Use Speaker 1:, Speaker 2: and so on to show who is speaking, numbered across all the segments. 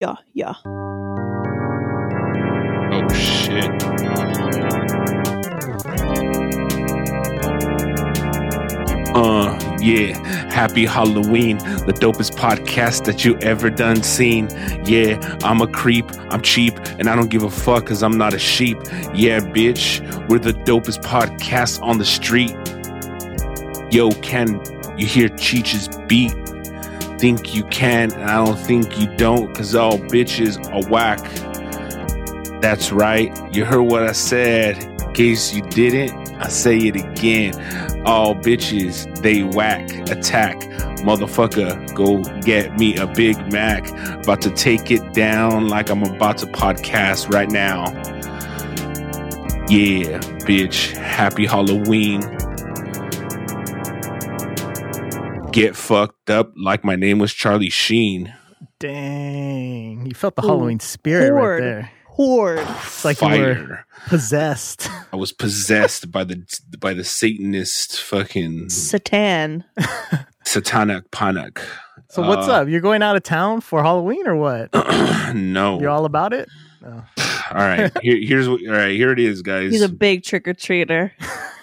Speaker 1: yeah, yeah.
Speaker 2: Oh shit. Uh, yeah. Happy Halloween. The dopest podcast that you ever done seen. Yeah, I'm a creep. I'm cheap. And I don't give a fuck because I'm not a sheep. Yeah, bitch. We're the dopest podcast on the street. Yo, can you hear Cheech's beat? Think you can, and I don't think you don't, because all bitches are whack. That's right. You heard what I said. In case you didn't, I say it again. All bitches, they whack, attack. Motherfucker, go get me a Big Mac. About to take it down like I'm about to podcast right now. Yeah, bitch. Happy Halloween. Get fucked up like my name was Charlie Sheen.
Speaker 3: Dang. You felt the
Speaker 1: Ooh,
Speaker 3: Halloween spirit
Speaker 1: Lord.
Speaker 3: right there.
Speaker 1: Horde.
Speaker 3: It's like you were- Possessed.
Speaker 2: I was possessed by the by the Satanist fucking
Speaker 1: Satan.
Speaker 2: satanic panic.
Speaker 3: So what's
Speaker 2: Uh, Oh.
Speaker 3: up? You're going out of town for Halloween or what?
Speaker 2: no.
Speaker 3: You're all about it?
Speaker 2: all right. Here, here's what, all right. Here it is, guys.
Speaker 1: He's a big trick or treater.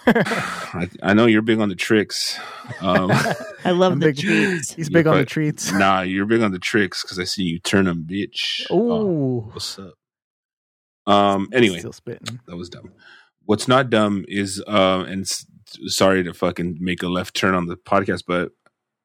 Speaker 2: I, I know you're big on the tricks. Um,
Speaker 1: I love
Speaker 3: I'm
Speaker 1: the
Speaker 3: big-
Speaker 1: treats.
Speaker 3: He's big on the
Speaker 2: but-
Speaker 3: treats.
Speaker 2: nah, you're big on the tricks because I see you turn them, bitch. Oh,
Speaker 3: Ooh.
Speaker 2: what's up? Um. Anyway,
Speaker 3: Still spitting.
Speaker 2: that was dumb. What's not dumb is um. And s- sorry to fucking make a left turn on the podcast, but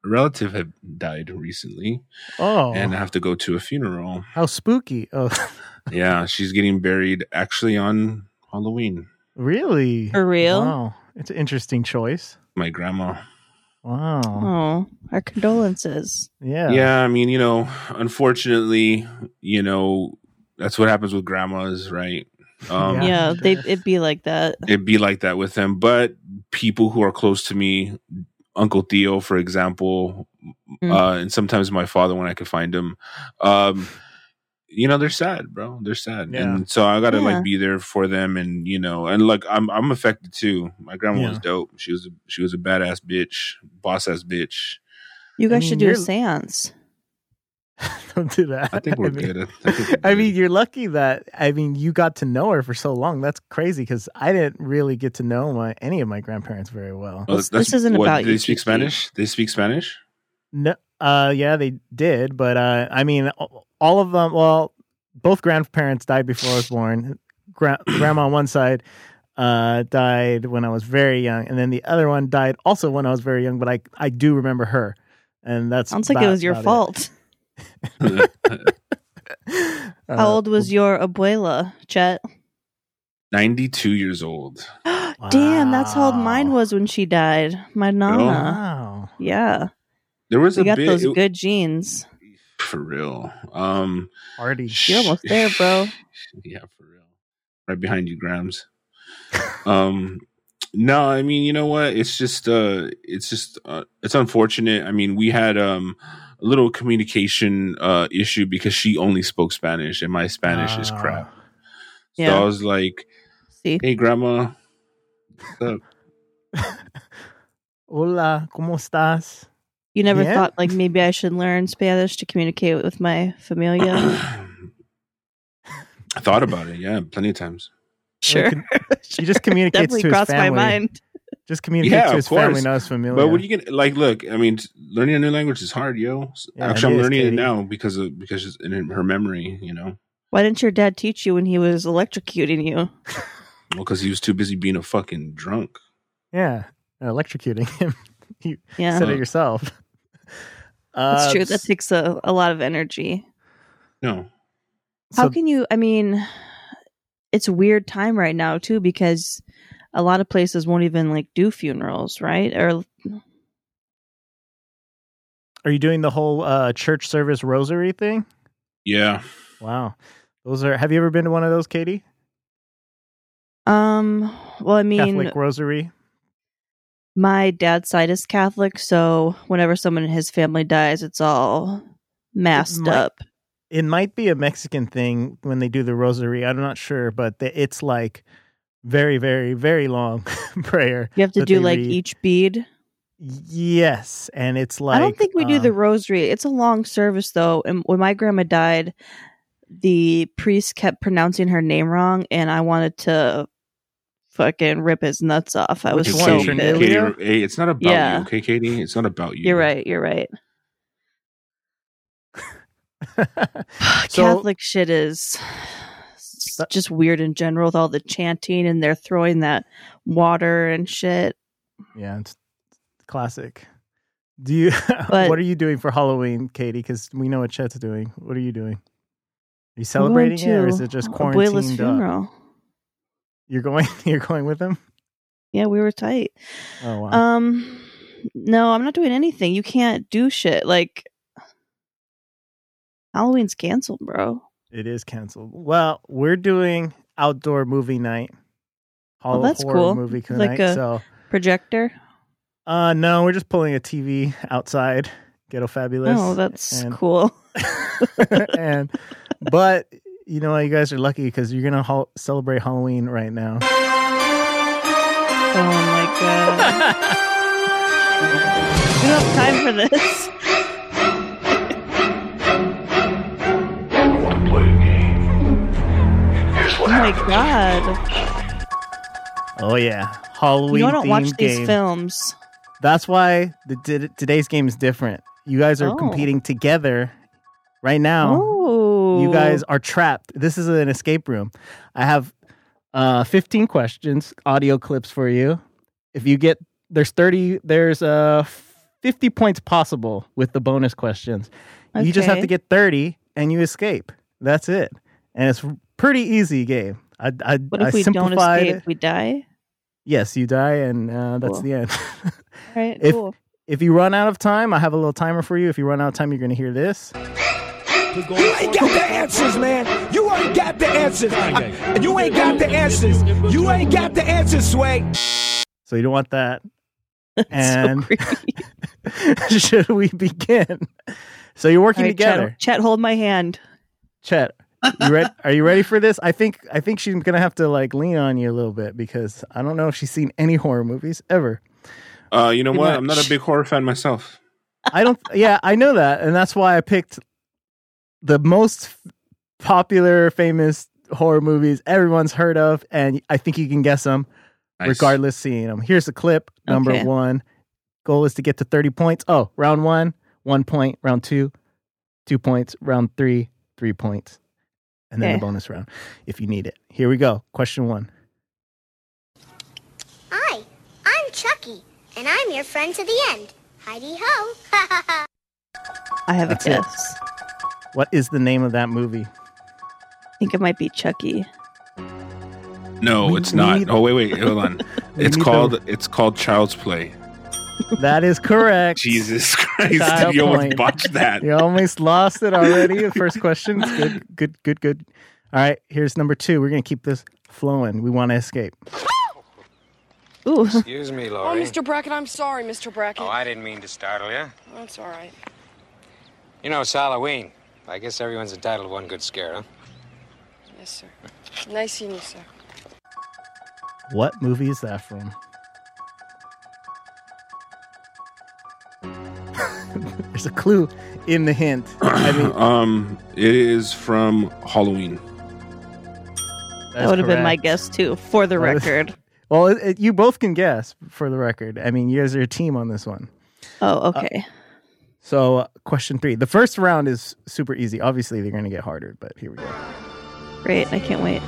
Speaker 2: a relative had died recently,
Speaker 3: Oh.
Speaker 2: and uh, I have to go to a funeral.
Speaker 3: how spooky. Oh,
Speaker 2: Yeah, she's getting buried actually on Halloween.
Speaker 3: really?
Speaker 1: For real?
Speaker 3: Wow. It's an interesting choice.
Speaker 2: My grandma.
Speaker 3: Wow.
Speaker 1: Oh, our condolences.
Speaker 3: Yeah.
Speaker 2: Yeah. I mean, you know, unfortunately, you know, that's what happens with grandmas, right? Um,
Speaker 3: Yeah,
Speaker 1: yeah,
Speaker 3: sure.
Speaker 1: they it'd be like that.
Speaker 2: It'd be like that with them. But people who are close to me, Uncle Theo, for example,
Speaker 1: Mm.
Speaker 2: uh, and sometimes my father when I could find him, um, you know, they're sad, bro. They're sad.
Speaker 3: Yeah.
Speaker 2: And so I gotta
Speaker 1: Yeah.
Speaker 2: like be there for them and you know, and like I'm I'm affected too. My grandma was
Speaker 3: Yeah.
Speaker 2: dope. She was a she was a badass bitch, boss ass bitch.
Speaker 1: You
Speaker 3: I
Speaker 1: guys
Speaker 3: mean,
Speaker 1: should do a
Speaker 3: you're-
Speaker 1: seance.
Speaker 3: Don't do that.
Speaker 2: I think we're
Speaker 3: mean-
Speaker 2: good. I think we're
Speaker 3: I mean,
Speaker 2: good.
Speaker 3: you're lucky that I mean you got to know her for so long. That's crazy because I didn't really get to know my any of my grandparents very well.
Speaker 2: Oh,
Speaker 1: this-
Speaker 2: that's-
Speaker 1: this isn't about
Speaker 2: They
Speaker 1: you,
Speaker 2: speak
Speaker 1: Kiki.
Speaker 2: Spanish. They speak Spanish.
Speaker 3: No, uh, yeah, they did, but uh, I mean, all all of them. Well, both grandparents died before I was born. Gra- grandma on one side uh, died when I was very young, and then the other one died also when I was very young. But I I do remember her, and that's
Speaker 1: Sounds like it
Speaker 3: about-
Speaker 1: was your
Speaker 3: about
Speaker 1: fault.
Speaker 3: Uh,
Speaker 1: How old was your abuela, Chet?
Speaker 2: Ninety-two years old.
Speaker 1: Damn, that's how old mine
Speaker 3: Wow.
Speaker 1: was when she died. My nana.
Speaker 3: Wow.
Speaker 1: Yeah,
Speaker 2: There was
Speaker 1: we
Speaker 2: a
Speaker 1: got
Speaker 2: bit
Speaker 1: those
Speaker 2: it-
Speaker 1: good genes.
Speaker 2: for real. Um,
Speaker 3: Party.
Speaker 1: You're almost there, bro.
Speaker 2: yeah, for real. Right behind you, Grams. um, no, I mean, you know what? It's just, uh, it's just, uh, it's unfortunate. I mean, we had um a little communication uh issue because she only spoke Spanish, and my Spanish is
Speaker 3: Ah.
Speaker 2: crap.
Speaker 1: Yeah.
Speaker 2: So I was like,
Speaker 1: See,
Speaker 2: "Hey, Grandma, what's up?"
Speaker 3: Hola, ¿cómo estás?
Speaker 1: you never
Speaker 3: Yeah.
Speaker 1: thought like maybe I should learn Spanish to communicate with my familia.
Speaker 2: I thought about it, yeah, plenty of times.
Speaker 1: sure,
Speaker 3: Like, He just communicates
Speaker 1: definitely
Speaker 3: to his
Speaker 1: crossed
Speaker 3: family.
Speaker 1: my mind.
Speaker 3: Just communicates
Speaker 2: Yeah,
Speaker 3: to
Speaker 2: of
Speaker 3: his family,
Speaker 2: course.
Speaker 3: not his familiar.
Speaker 2: But what do you get? Like, look, I mean, t- learning a new language is hard, yo. S-
Speaker 3: Yeah,
Speaker 2: Actually,
Speaker 3: it
Speaker 2: I'm
Speaker 3: is,
Speaker 2: learning
Speaker 3: Katie.
Speaker 2: it now because of because it's in her memory, you know.
Speaker 1: Why didn't your dad teach you when he was electrocuting you?
Speaker 2: Well, because he was too busy being a fucking drunk.
Speaker 3: Yeah, electrocuting him. you
Speaker 1: Yeah,
Speaker 2: Uh-huh.
Speaker 3: said it yourself. Uh,
Speaker 1: that's true. That takes a, a lot of energy.
Speaker 2: No,
Speaker 1: How
Speaker 3: so-
Speaker 1: can you? I mean, it's a weird time right now too because a lot of places won't even like do funerals, right? Or
Speaker 3: are you doing the whole uh, church service rosary thing?
Speaker 2: yeah,
Speaker 3: Wow, those are. Have you ever been to one of those, Katie?
Speaker 1: um, well, I mean,
Speaker 3: Catholic rosary.
Speaker 1: my dad's side is Catholic, so whenever someone in his family dies, it's all masked
Speaker 3: might-
Speaker 1: up.
Speaker 3: It might be a Mexican thing when they do the rosary. I'm not sure, but the, it's like very, very, very long prayer.
Speaker 1: You have to
Speaker 3: that
Speaker 1: do
Speaker 3: they
Speaker 1: like
Speaker 3: read.
Speaker 1: each bead.
Speaker 3: Yes, and it's like
Speaker 1: I don't think we do
Speaker 3: um,
Speaker 1: the rosary. It's a long service though. And when my grandma died, the priest kept pronouncing her name wrong, and I wanted to fucking rip his nuts off. I was
Speaker 3: Which
Speaker 2: Hey,
Speaker 1: so
Speaker 3: one's
Speaker 2: Katie,
Speaker 3: your
Speaker 1: pissed.
Speaker 3: name?
Speaker 2: Katie, hey, it's not about
Speaker 1: Yeah.
Speaker 2: you, okay, Katie? It's not about you.
Speaker 1: You're right. You're right.
Speaker 3: So- Uh,
Speaker 1: Catholic shit is s- just weird in general with all the chanting and they're throwing that water and shit.
Speaker 3: yeah, it's classic. Do you?
Speaker 1: But-
Speaker 3: what are you doing for Halloween, Katie? Because we know what Chet's doing. What are you doing? Are
Speaker 1: I'm
Speaker 3: you
Speaker 1: going
Speaker 3: celebrating it, or
Speaker 1: to
Speaker 3: is it just
Speaker 1: Abuela's
Speaker 3: quarantined? Up?
Speaker 1: funeral?
Speaker 3: You're going. You're going with them.
Speaker 1: Yeah, we were tight.
Speaker 3: Oh wow.
Speaker 1: Um, no, I'm not doing anything. You can't do shit. Like Halloween's canceled, bro.
Speaker 3: It is canceled. Well, we're doing outdoor movie night. Hall-
Speaker 1: Oh, that's
Speaker 3: horror
Speaker 1: cool.
Speaker 3: Movie
Speaker 1: It's like
Speaker 3: night.
Speaker 1: a-
Speaker 3: so,
Speaker 1: Projector.
Speaker 3: uh, no, we're just pulling a TV outside. Ghetto fabulous.
Speaker 1: oh, that's
Speaker 3: and-
Speaker 1: cool.
Speaker 3: and but you know what? You guys are lucky because you're gonna hol- celebrate Halloween right now.
Speaker 1: Oh my god. we don't have time for this.
Speaker 4: want to play a game. Here's
Speaker 1: Oh
Speaker 4: what
Speaker 1: my
Speaker 4: happens.
Speaker 1: god.
Speaker 3: Oh yeah, Halloween.
Speaker 1: You don't watch
Speaker 3: themed
Speaker 1: these
Speaker 3: game.
Speaker 1: films.
Speaker 3: That's why the di- today's game is different. You guys are
Speaker 1: Oh.
Speaker 3: competing together right now.
Speaker 1: Oh.
Speaker 3: You guys are trapped. This is an escape room. I have uh, 15 questions, audio clips for you. If you get there's 30 there's uh 50 points possible with the bonus questions. You just have
Speaker 1: Okay.
Speaker 3: to get 30 and you escape. That's it. And it's a pretty easy game. I I,
Speaker 1: What if
Speaker 3: I
Speaker 1: we don't
Speaker 3: simplified
Speaker 1: escape?
Speaker 3: it.
Speaker 1: We die?
Speaker 3: Yes, you die and uh, that's
Speaker 1: Cool.
Speaker 3: the end.
Speaker 1: All right,
Speaker 3: If-
Speaker 1: cool.
Speaker 3: if you run out of time, I have a little timer for you. If you run out of time, you're going to hear this.
Speaker 5: You ain't got the answers, man. You ain't got the answers. I- you ain't got the answers. You ain't got the answers, Sway.
Speaker 3: So you don't want that.
Speaker 1: That's
Speaker 3: and-
Speaker 1: so creepy.
Speaker 3: should we begin? So you're working
Speaker 1: All right,
Speaker 3: together,
Speaker 1: Chet, Chet, hold my hand.
Speaker 3: Chet. You re- are you ready for this? I think I think she's gonna have to like lean on you a little bit because I don't know if she's seen any horror movies ever.
Speaker 2: Uh, you know
Speaker 3: Pretty
Speaker 2: what?
Speaker 3: much.
Speaker 2: I'm not a big horror fan myself.
Speaker 3: I don't. yeah, I know that, and that's why I picked the most f- popular, famous horror movies everyone's heard of, and I think you can guess them.
Speaker 2: Nice.
Speaker 3: regardless seeing them. Here's the clip number
Speaker 1: Okay.
Speaker 3: one. Goal is to get to 30 points. Oh, round one, one point. Round two, two points. Round three, three points. And then
Speaker 1: Okay.
Speaker 3: the bonus round if you need it. Here we go. Question one.
Speaker 6: Hi, I'm Chucky, and I'm your friend to the end. Heidi ho! Ha ha ha!
Speaker 1: I have
Speaker 3: That's
Speaker 1: a
Speaker 3: it.
Speaker 1: guess.
Speaker 3: What is the name of that movie?
Speaker 1: I think it might be Chucky.
Speaker 2: No,
Speaker 3: We
Speaker 2: it's not.
Speaker 3: need-
Speaker 2: Oh wait, wait, hold on.
Speaker 3: We
Speaker 2: it's
Speaker 3: need
Speaker 2: called it's called Child's Play.
Speaker 3: That is correct.
Speaker 2: Jesus Christ,
Speaker 3: Child
Speaker 2: you
Speaker 3: Play.
Speaker 2: almost botched that.
Speaker 3: You almost lost it already. The first question. It's good, good, good, good. All right. Here's number two. We're going to keep this flowing. We want to escape.
Speaker 1: Ooh,
Speaker 7: Excuse me,
Speaker 8: Oh,
Speaker 7: Laurie.
Speaker 8: Mr. Brackett, I'm sorry, Mr. Brackett.
Speaker 7: Oh, I didn't mean to startle you.
Speaker 8: That's all right.
Speaker 7: You know, it's Halloween. I guess everyone's entitled to one good scare, huh?
Speaker 8: Yes, sir. Nice seeing you, sir.
Speaker 3: What movie is that from? There's a clue in the hint. I mean,
Speaker 2: Um, it is from Halloween.
Speaker 1: that would have been my
Speaker 3: guess.
Speaker 1: guess too, for the
Speaker 3: That was-
Speaker 1: record.
Speaker 3: Well, it, it- you both can guess for the record. I mean, you guys are a team on this one. Uh,
Speaker 1: Oh, okay.
Speaker 3: So, uh, question three. The first round is super easy. Obviously, they're going to get harder, but here we go.
Speaker 1: Great. I can't wait.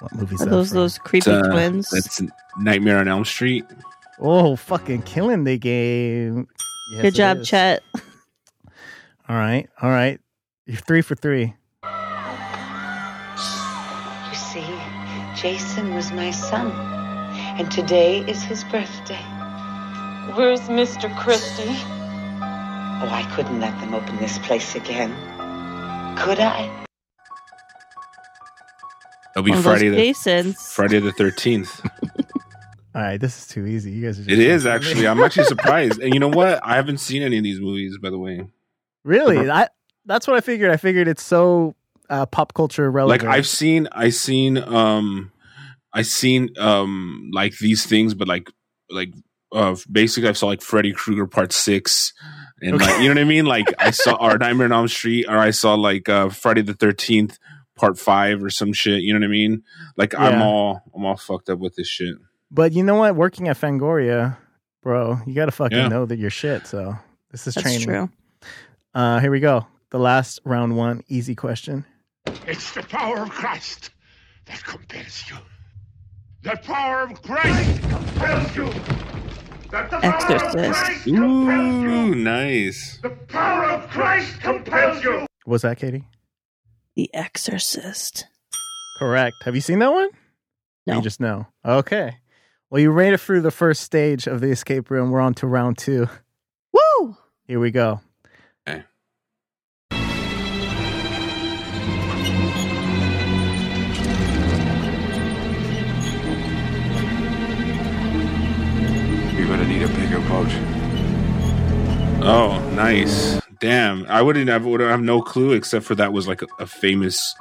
Speaker 3: What movie's
Speaker 1: Are
Speaker 3: that
Speaker 1: those
Speaker 3: from?
Speaker 1: those creepy
Speaker 2: It's, uh,
Speaker 1: twins?
Speaker 2: That's Nightmare on Elm Street.
Speaker 3: Oh, fucking killing the game. Yes,
Speaker 1: Good
Speaker 3: it
Speaker 1: job,
Speaker 3: is.
Speaker 1: Chet.
Speaker 3: All right. All right. You're three for three.
Speaker 9: You see, Jason was my son, and today is his birthday.
Speaker 10: Where's Mr. Christie?
Speaker 9: Oh, I couldn't let them open this place again. Could I?
Speaker 2: It'll be
Speaker 1: One of those
Speaker 2: Friday the
Speaker 1: Jasons.
Speaker 2: Friday the thirteenth.
Speaker 3: All right, this is too easy. You guys are just
Speaker 2: It is actually. I'm actually surprised. And you know what? I haven't seen any of these movies, by the way. Uh-huh.
Speaker 3: really. I that's what I figured. I figured it's so uh, pop culture
Speaker 1: Oh,
Speaker 2: Like
Speaker 3: relevant.
Speaker 2: I've seen, I seen, um, I seen, um, like these things, but like, like, uh, basically, I saw like Freddy Krueger Part Six, and like, you know what I mean? Like, I saw Our Nightmare on Elm Street, or I saw like uh, Friday the Thirteenth Part Five, or some shit. You know what I mean? Like, I'm
Speaker 3: Yeah.
Speaker 2: all, I'm all fucked up with this shit.
Speaker 3: but you know what? Working at Fangoria, bro, you got to fucking
Speaker 2: Yeah.
Speaker 3: know that you're shit. So this is
Speaker 1: That's
Speaker 3: training.
Speaker 1: true.
Speaker 3: Uh, here we go. The last round one, easy question.
Speaker 5: It's the power of Christ that compels you. The power of Christ compels you. That the
Speaker 1: Exorcist.
Speaker 2: Ooh, nice.
Speaker 5: power of Christ compels you.
Speaker 3: Was that Katie?
Speaker 1: The Exorcist.
Speaker 3: Correct. Have you seen that one?
Speaker 1: No.
Speaker 3: You just know. Okay. Well, you made it through the first stage of the escape room. We're on to round two.
Speaker 1: Woo!
Speaker 3: Here we go.
Speaker 2: Okay.
Speaker 4: You're gonna need a bigger boat.
Speaker 2: Oh, nice. Damn. I wouldn't have, would have no clue except for that was like a, a famous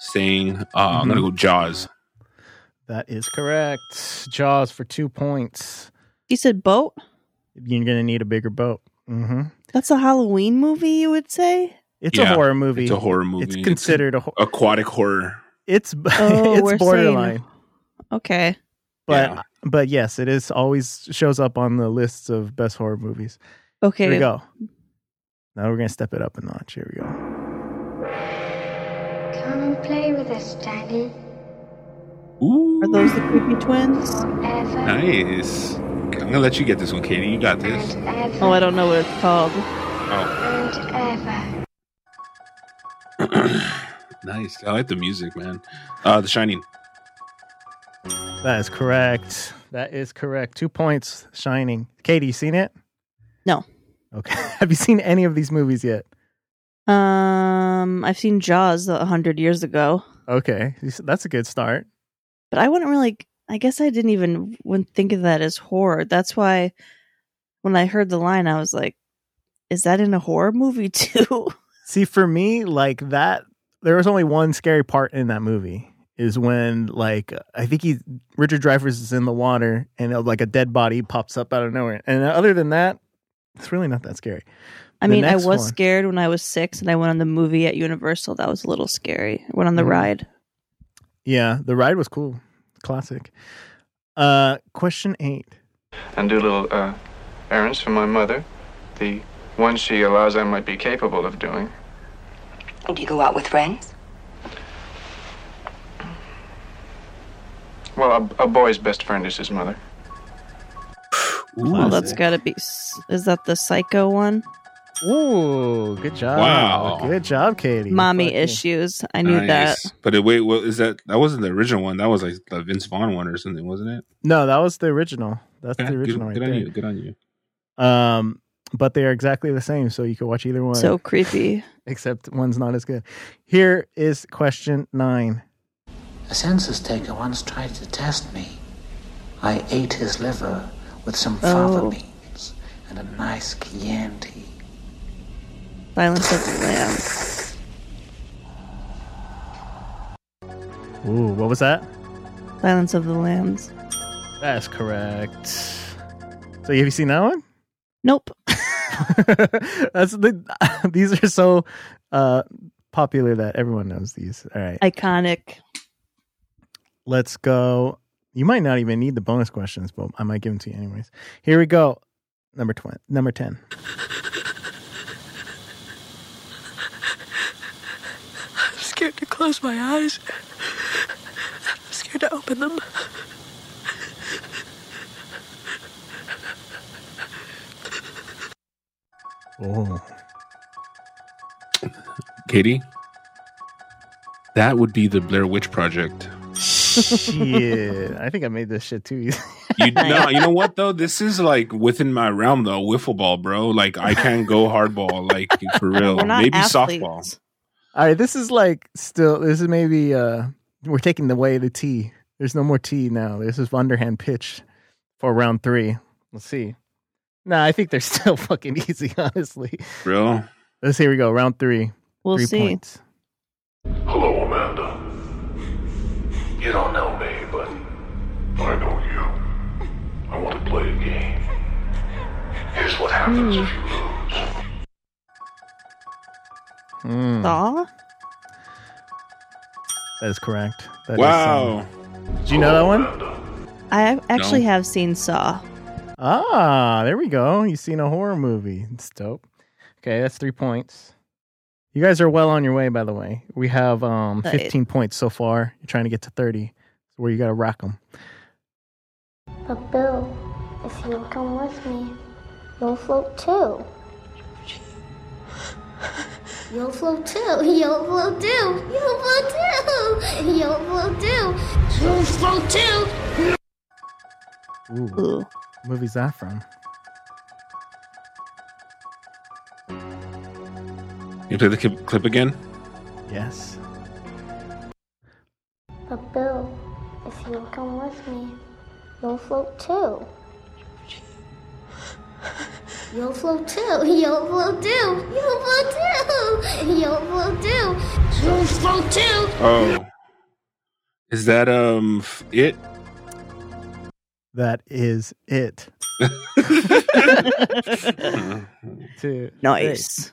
Speaker 2: saying. Uh, I'm going to go Jaws.
Speaker 3: That is correct. Jaws for two points.
Speaker 1: He said boat.
Speaker 3: You're going to need a bigger boat. hmm
Speaker 1: That's a Halloween movie, you would say?
Speaker 3: It's
Speaker 2: Yeah,
Speaker 3: a horror movie.
Speaker 2: It's a horror movie. Oh.
Speaker 3: It's considered a. Ho-
Speaker 2: aquatic horror.
Speaker 3: it's
Speaker 1: Oh, we're saying-
Speaker 3: it's borderline,
Speaker 1: Okay.
Speaker 3: but
Speaker 2: Yeah.
Speaker 3: but yes, it is always shows up on the lists of best horror movies. Here we
Speaker 1: Okay.
Speaker 3: go. Now we're gonna step it up a notch. Here we go.
Speaker 6: Come and play with us, Daddy.
Speaker 2: Ooh,
Speaker 1: Are those the creepy twins?
Speaker 6: Forever
Speaker 2: nice. Okay, I'm going to let you get this one, Katie. You got this.
Speaker 6: and ever
Speaker 1: Oh, I don't know what it's called.
Speaker 2: Oh,
Speaker 6: and ever.
Speaker 2: nice. I like the music, man. Uh, The Shining.
Speaker 3: That is correct. That is correct. Two points. Shining. Katie, you seen it?
Speaker 1: No.
Speaker 3: Okay. Have you seen any of these movies yet?
Speaker 1: Um, I've seen Jaws a hundred years ago,
Speaker 3: Okay, You s- that's a good start.
Speaker 1: but I wouldn't really. I guess I didn't even wouldn't think of that as horror. That's why when I heard the line, I was like, "Is that in a horror movie too?"
Speaker 3: See, for me, like that, there was only one scary part in that movie. Is when like I think he Richard Dreyfuss is in the water and uh, like a dead body pops up out of nowhere. And uh, other than that, it's really not that scary.
Speaker 1: I
Speaker 3: The
Speaker 1: mean, I
Speaker 3: next
Speaker 1: was
Speaker 3: one.
Speaker 1: scared when I was six, and I went on the movie at Universal. That was a little scary. I went on the
Speaker 3: Mhm.
Speaker 1: ride.
Speaker 3: Yeah, the ride was cool, classic. Uh, question eight.
Speaker 11: and do little uh, errands for my mother, the ones she allows I might be capable of doing.
Speaker 9: Do you go out with friends?
Speaker 11: Well, a, a boy's best friend is his mother.
Speaker 2: Ooh,
Speaker 1: Oh, that's gotta be. Is that the psycho one?
Speaker 3: Ooh, good job.
Speaker 2: Wow.
Speaker 3: Good job, Katie.
Speaker 1: Mommy
Speaker 3: Fucking-
Speaker 1: issues. I knew that.
Speaker 2: But it, wait, what is that? That wasn't the original one. That was like the Vince Vaughn one or something, wasn't it?
Speaker 3: No, that was the original. That's
Speaker 2: Okay,
Speaker 3: the
Speaker 2: good-
Speaker 3: original
Speaker 2: good
Speaker 3: right
Speaker 2: on
Speaker 3: there.
Speaker 2: you. Good on you.
Speaker 3: Um, but they are exactly the same, so you could watch either one.
Speaker 1: So creepy.
Speaker 3: except one's not as good. Here is question nine.
Speaker 12: A census taker once tried to test me. I ate his liver with some fava
Speaker 1: Oh.
Speaker 12: beans and a nice Chianti.
Speaker 1: Silence of the Lamb.
Speaker 3: Ooh, what was that?
Speaker 1: Silence of the Lambs.
Speaker 3: That's correct. So have you seen that one?
Speaker 1: Nope.
Speaker 3: That's the. these are so uh, popular that everyone knows these. All right,
Speaker 1: Iconic.
Speaker 3: let's go. You might not even need the bonus questions, but I might give them to you anyways. Here we go. Number twen- number ten.
Speaker 13: I'm scared to close my eyes. I'm scared to open them.
Speaker 3: Oh,
Speaker 2: Katie, that would be the Blair Witch Project.
Speaker 3: shit! I think I made this shit too easy.
Speaker 2: You no, you know what though? This is like within my realm though. Wiffle ball, bro. Like I can go hardball, like for real.
Speaker 1: We're not
Speaker 2: Oh, Maybe
Speaker 1: athletes.
Speaker 2: softball.
Speaker 3: All right, this is like still. This is maybe uh we're taking away the tee. There's no more tee now. This is underhand pitch. for round three. Let's see. Nah, I think they're still fucking easy, honestly.
Speaker 2: Real?
Speaker 3: Let's here we go. Round three.
Speaker 1: We'll
Speaker 3: three
Speaker 1: see.
Speaker 3: points.
Speaker 5: Hello, Amanda. You don't know me, but I know you. I want to play a game. Here's what happens if you lose.
Speaker 3: Mm,
Speaker 1: Saw?
Speaker 3: that is correct. That is,
Speaker 2: Wow.
Speaker 3: um, did you know that one?
Speaker 1: I actually
Speaker 3: No.
Speaker 1: have seen Saw.
Speaker 3: Ah, there we go. You've seen a horror movie. It's dope. Okay, that's three points. You guys are well on your way, by the way. We have um,
Speaker 1: Right.
Speaker 3: 15 points so far. You're trying to get to 30. So where you got to rock them.
Speaker 6: But Bill, if you don't come with me, you'll float too. You'll float too. You'll float too. You'll float too. You'll float too. You'll float too.
Speaker 3: Ooh. What movie's that from?
Speaker 2: You play the clip clip again?
Speaker 3: Yes.
Speaker 6: But Bill, if you don't come with me, you'll float too. You'll float too. You'll float too. You'll float too. You'll float too. You'll float too.
Speaker 2: Oh. Is that um f- it?
Speaker 3: That is it. Two,
Speaker 1: Nice.
Speaker 3: three.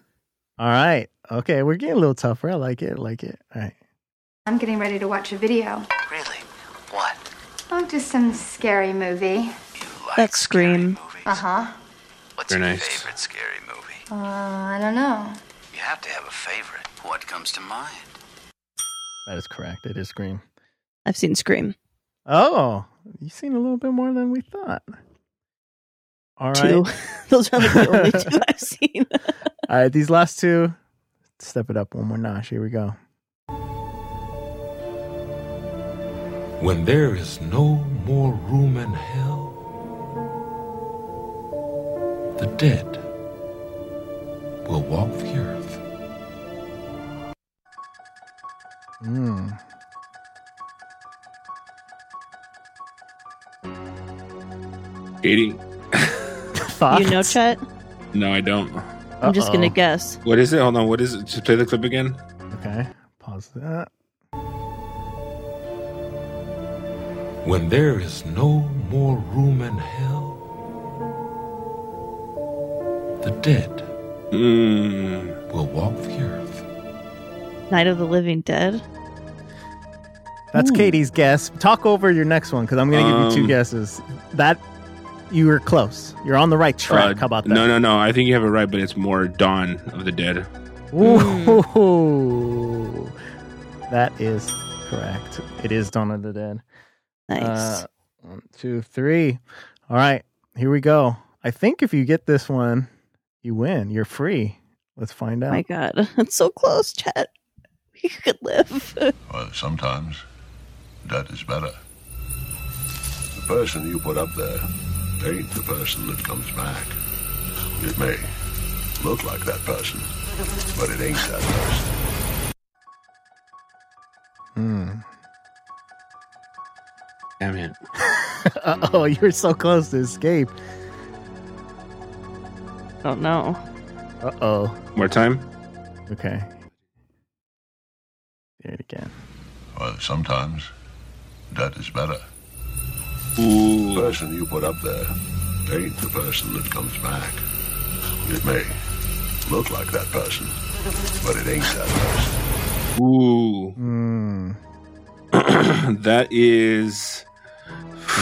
Speaker 3: All right. Okay, we're getting a little tougher. I like it. I like it. All right.
Speaker 14: I'm getting ready to watch a video.
Speaker 12: Really? What?
Speaker 14: Oh, just some scary movie.
Speaker 1: That's Scream.
Speaker 14: Uh
Speaker 12: Uh-huh.
Speaker 14: huh.
Speaker 12: What's
Speaker 2: Very
Speaker 12: your
Speaker 2: nice.
Speaker 12: favorite scary movie?
Speaker 14: Uh, I don't know.
Speaker 12: You have to have a favorite. What comes to mind?
Speaker 3: That is correct. It is Scream.
Speaker 1: I've seen Scream.
Speaker 3: Oh, you've seen a little bit more than we thought. All right.
Speaker 1: Two. Those are like the only two I've seen.
Speaker 3: All right, these last two, step it up one more notch. Here we go.
Speaker 15: When there is no more room in hell, the dead will walk the earth.
Speaker 3: Mm.
Speaker 2: Katie?
Speaker 3: Ah.
Speaker 1: You know, Chet?
Speaker 2: No, I don't.
Speaker 1: I'm just going to guess.
Speaker 2: What is it? Hold on. What is it? Just play the clip again.
Speaker 3: Okay, pause that.
Speaker 15: When there is no more room in hell, the dead
Speaker 2: Mm.
Speaker 15: will walk the earth.
Speaker 1: Night of the Living Dead.
Speaker 3: That's
Speaker 1: Ooh.
Speaker 3: Katie's guess. Talk over your next one because I'm going to give you two
Speaker 2: Hmm. Um,
Speaker 3: guesses. That you were close. You're on the right track.
Speaker 2: Uh,
Speaker 3: How about that?
Speaker 2: No, no, no. I think you have it right, but it's more Dawn of the Dead.
Speaker 3: Ooh, that is correct. It is Dawn of the Dead.
Speaker 1: Nice.
Speaker 3: Uh, one, two, three. All right, here we go. I think if you get this one, you win. You're free. Let's find out.
Speaker 1: My God. That's so close, Chet. You could live.
Speaker 5: Well, sometimes that is better. The person you put up there ain't the person that comes back. It may look like that person, but it ain't that person.
Speaker 3: Hmm.
Speaker 2: Damn it.
Speaker 3: uh oh, you're so close to escape.
Speaker 1: Don't know.
Speaker 3: Uh oh.
Speaker 2: More time.
Speaker 3: Okay. Do it again.
Speaker 5: Well, sometimes that is better. The person you put up there ain't the person that comes back. It may look like that person, but it ain't that person.
Speaker 2: Ooh. that is.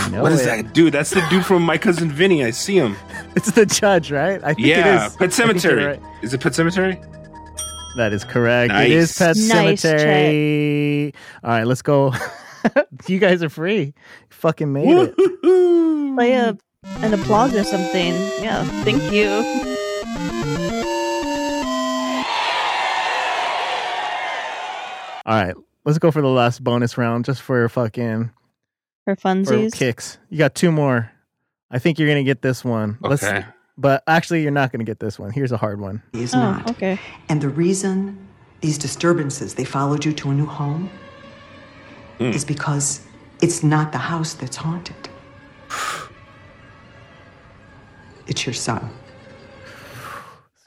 Speaker 3: know
Speaker 2: What is
Speaker 3: it.
Speaker 2: that dude? That's the dude from My Cousin Vinny. I see him.
Speaker 3: It's the judge, right? I think
Speaker 2: yeah,
Speaker 3: it is.
Speaker 2: Pet
Speaker 3: I think you're
Speaker 2: Cemetery.
Speaker 3: right.
Speaker 2: Is it Pet Cemetery?
Speaker 3: That is correct.
Speaker 2: Nice.
Speaker 3: It is Pet
Speaker 1: Nice
Speaker 3: Cemetery. All right, let's go. you guys are free. You fucking made it. Mm.
Speaker 1: Play a, an applause or something. Yeah. Thank you.
Speaker 3: All right, let's go for the last bonus round just for fucking
Speaker 1: For
Speaker 3: for
Speaker 1: funsies.
Speaker 3: kicks. You got two more. I think you're gonna get this one.
Speaker 2: Okay.
Speaker 3: but actually, you're not gonna get this one. Here's a hard one.
Speaker 16: He is
Speaker 1: Oh,
Speaker 16: not.
Speaker 1: okay.
Speaker 16: And the reason these disturbances, they followed you to a new home, is because it's not the house that's haunted. It's your son.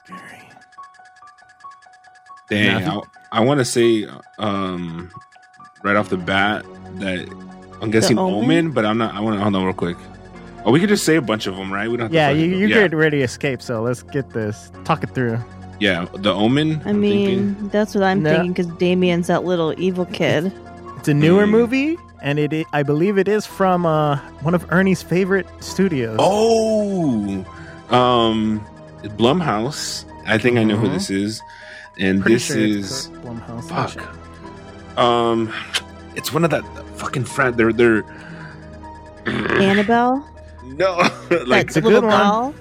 Speaker 2: Dang,
Speaker 16: Yeah.
Speaker 2: I, I want to say um, right off the bat that I'm guessing Omen?
Speaker 3: Omen?
Speaker 2: but I'm not. I want to hold on real quick. Oh, we could just say a bunch of them, right? We don't. Have
Speaker 3: Yeah,
Speaker 2: to
Speaker 3: you,
Speaker 2: fucking-
Speaker 3: you're
Speaker 2: yeah,
Speaker 3: getting ready to escape, so let's get this. Talk it through.
Speaker 2: yeah. The Omen.
Speaker 1: I mean, that's what I'm
Speaker 3: No.
Speaker 1: thinking because Damien's that little evil kid.
Speaker 3: It's a newer
Speaker 2: Mm.
Speaker 3: movie, and it I believe it is from uh, one of Ernie's favorite studios.
Speaker 2: Oh, um, Blumhouse. I think I know who
Speaker 3: Mhm.
Speaker 2: this is, and
Speaker 3: Pretty
Speaker 2: this
Speaker 3: sure it's
Speaker 2: is
Speaker 3: Kirk Blumhouse.
Speaker 2: fuck. um, it's one of that fucking friend. They're they're
Speaker 1: Annabelle.
Speaker 2: No, like
Speaker 1: That little doll.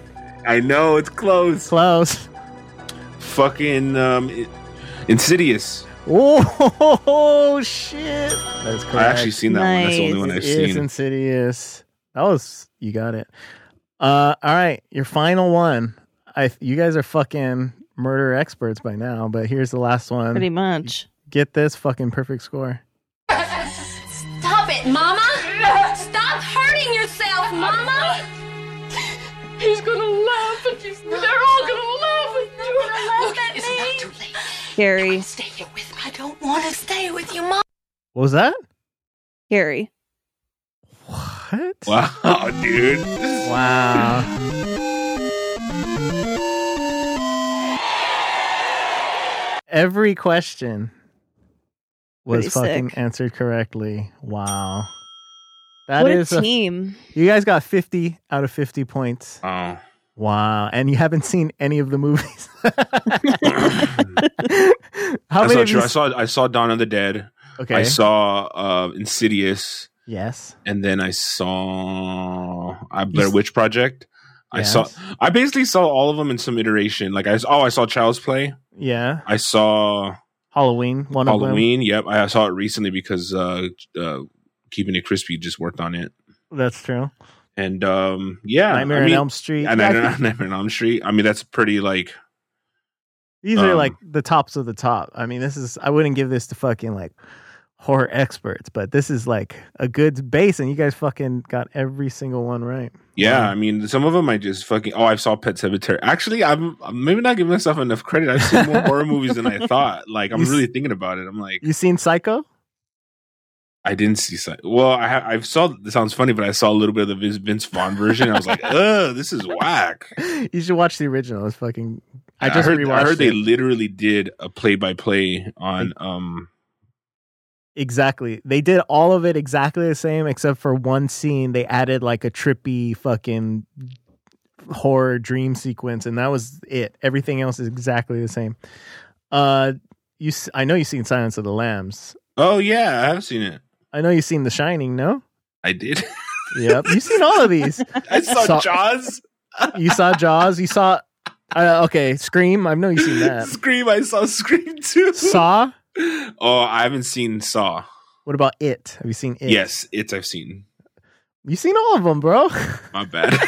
Speaker 2: I know it's close.
Speaker 3: Close.
Speaker 2: Fucking um, I- Insidious.
Speaker 3: Oh shit! That is correct.
Speaker 2: I actually seen that one. That's the only one I've
Speaker 3: It is
Speaker 2: seen.
Speaker 3: Insidious. That was you got it. Uh, all right, your final one. I you guys are fucking murder experts by now, but here's the last one.
Speaker 1: Pretty much.
Speaker 3: Get this fucking perfect score.
Speaker 17: Stop it, Mama! Stop hurting yourself, Mama! He's gonna laugh at you. They're all gonna laugh at you. Look, it's not too late.
Speaker 1: Carrie.
Speaker 17: Stay here with me. I don't want to stay with you, Mom.
Speaker 3: What was that?
Speaker 1: Carrie.
Speaker 2: Wow, dude.
Speaker 3: Wow. Every question was
Speaker 1: Pretty
Speaker 3: fucking
Speaker 1: sick.
Speaker 3: answered correctly. Wow.
Speaker 1: What a
Speaker 3: a-
Speaker 1: team.
Speaker 3: you guys got 50 out of 50 points.
Speaker 2: Oh.
Speaker 3: Wow. And you haven't seen any of the movies. How
Speaker 2: That's not
Speaker 3: many of
Speaker 2: true.
Speaker 3: you
Speaker 2: I saw I saw Dawn of the Dead.
Speaker 3: Okay.
Speaker 2: I saw uh, Insidious.
Speaker 3: Yes.
Speaker 2: And then I saw I Blair
Speaker 3: s-
Speaker 2: Witch Project. I saw
Speaker 3: Yes.
Speaker 2: I basically saw all of them in some iteration. Like I s- oh I saw Child's Play.
Speaker 3: Yeah.
Speaker 2: I saw
Speaker 3: Halloween, one of them.
Speaker 2: Halloween. Yep, I saw it recently because uh, uh, Keeping It Crispy just worked on it.
Speaker 3: That's true.
Speaker 2: And um, yeah,
Speaker 3: Nightmare on Elm Street.
Speaker 2: And
Speaker 3: Yeah, I
Speaker 2: Nightmare,
Speaker 3: think-
Speaker 2: Nightmare on Elm Street. I mean, that's pretty like
Speaker 3: These are
Speaker 2: Um,
Speaker 3: like the tops of the top. I mean, this is I wouldn't give this to fucking like horror experts, but this is like a good base, and you guys fucking got every single one right.
Speaker 2: Yeah, I mean, some of them I just fucking. Oh, I saw Pet Cemetery. Actually, I'm, I'm maybe not giving myself enough credit. I've seen more horror movies than I thought. Like, I'm
Speaker 3: You s-
Speaker 2: really thinking about it. I'm like,
Speaker 3: You seen Psycho?
Speaker 2: I didn't see. Psy- Well, I ha- I saw. This sounds funny, but I saw a little bit of the Vince, Vince Vaughn version. I was like, ugh, this is whack.
Speaker 3: You should watch the original. It's fucking. I
Speaker 2: I
Speaker 3: just
Speaker 2: heard.
Speaker 3: rewatched
Speaker 2: I heard they
Speaker 3: it.
Speaker 2: literally did a play by play on. Um,
Speaker 3: exactly. They did all of it exactly the same, except for one scene. They added like a trippy fucking horror dream sequence, and that was it. Everything else is exactly the same. Uh, you. s- I know you've seen Silence of the Lambs.
Speaker 2: oh yeah, I have seen it.
Speaker 3: I know you've seen The Shining. No.
Speaker 2: I did.
Speaker 3: Yep, you've seen all of these.
Speaker 2: I saw
Speaker 3: Saw-
Speaker 2: Jaws.
Speaker 3: You saw Jaws. You saw. Uh, okay, Scream. I know you've seen that.
Speaker 2: Scream. I saw Scream too.
Speaker 3: Saw.
Speaker 2: Oh, I haven't seen Saw.
Speaker 3: What about It? Have you seen It?
Speaker 2: Yes, it's I've seen.
Speaker 3: You've seen all of them, bro.
Speaker 2: My bad.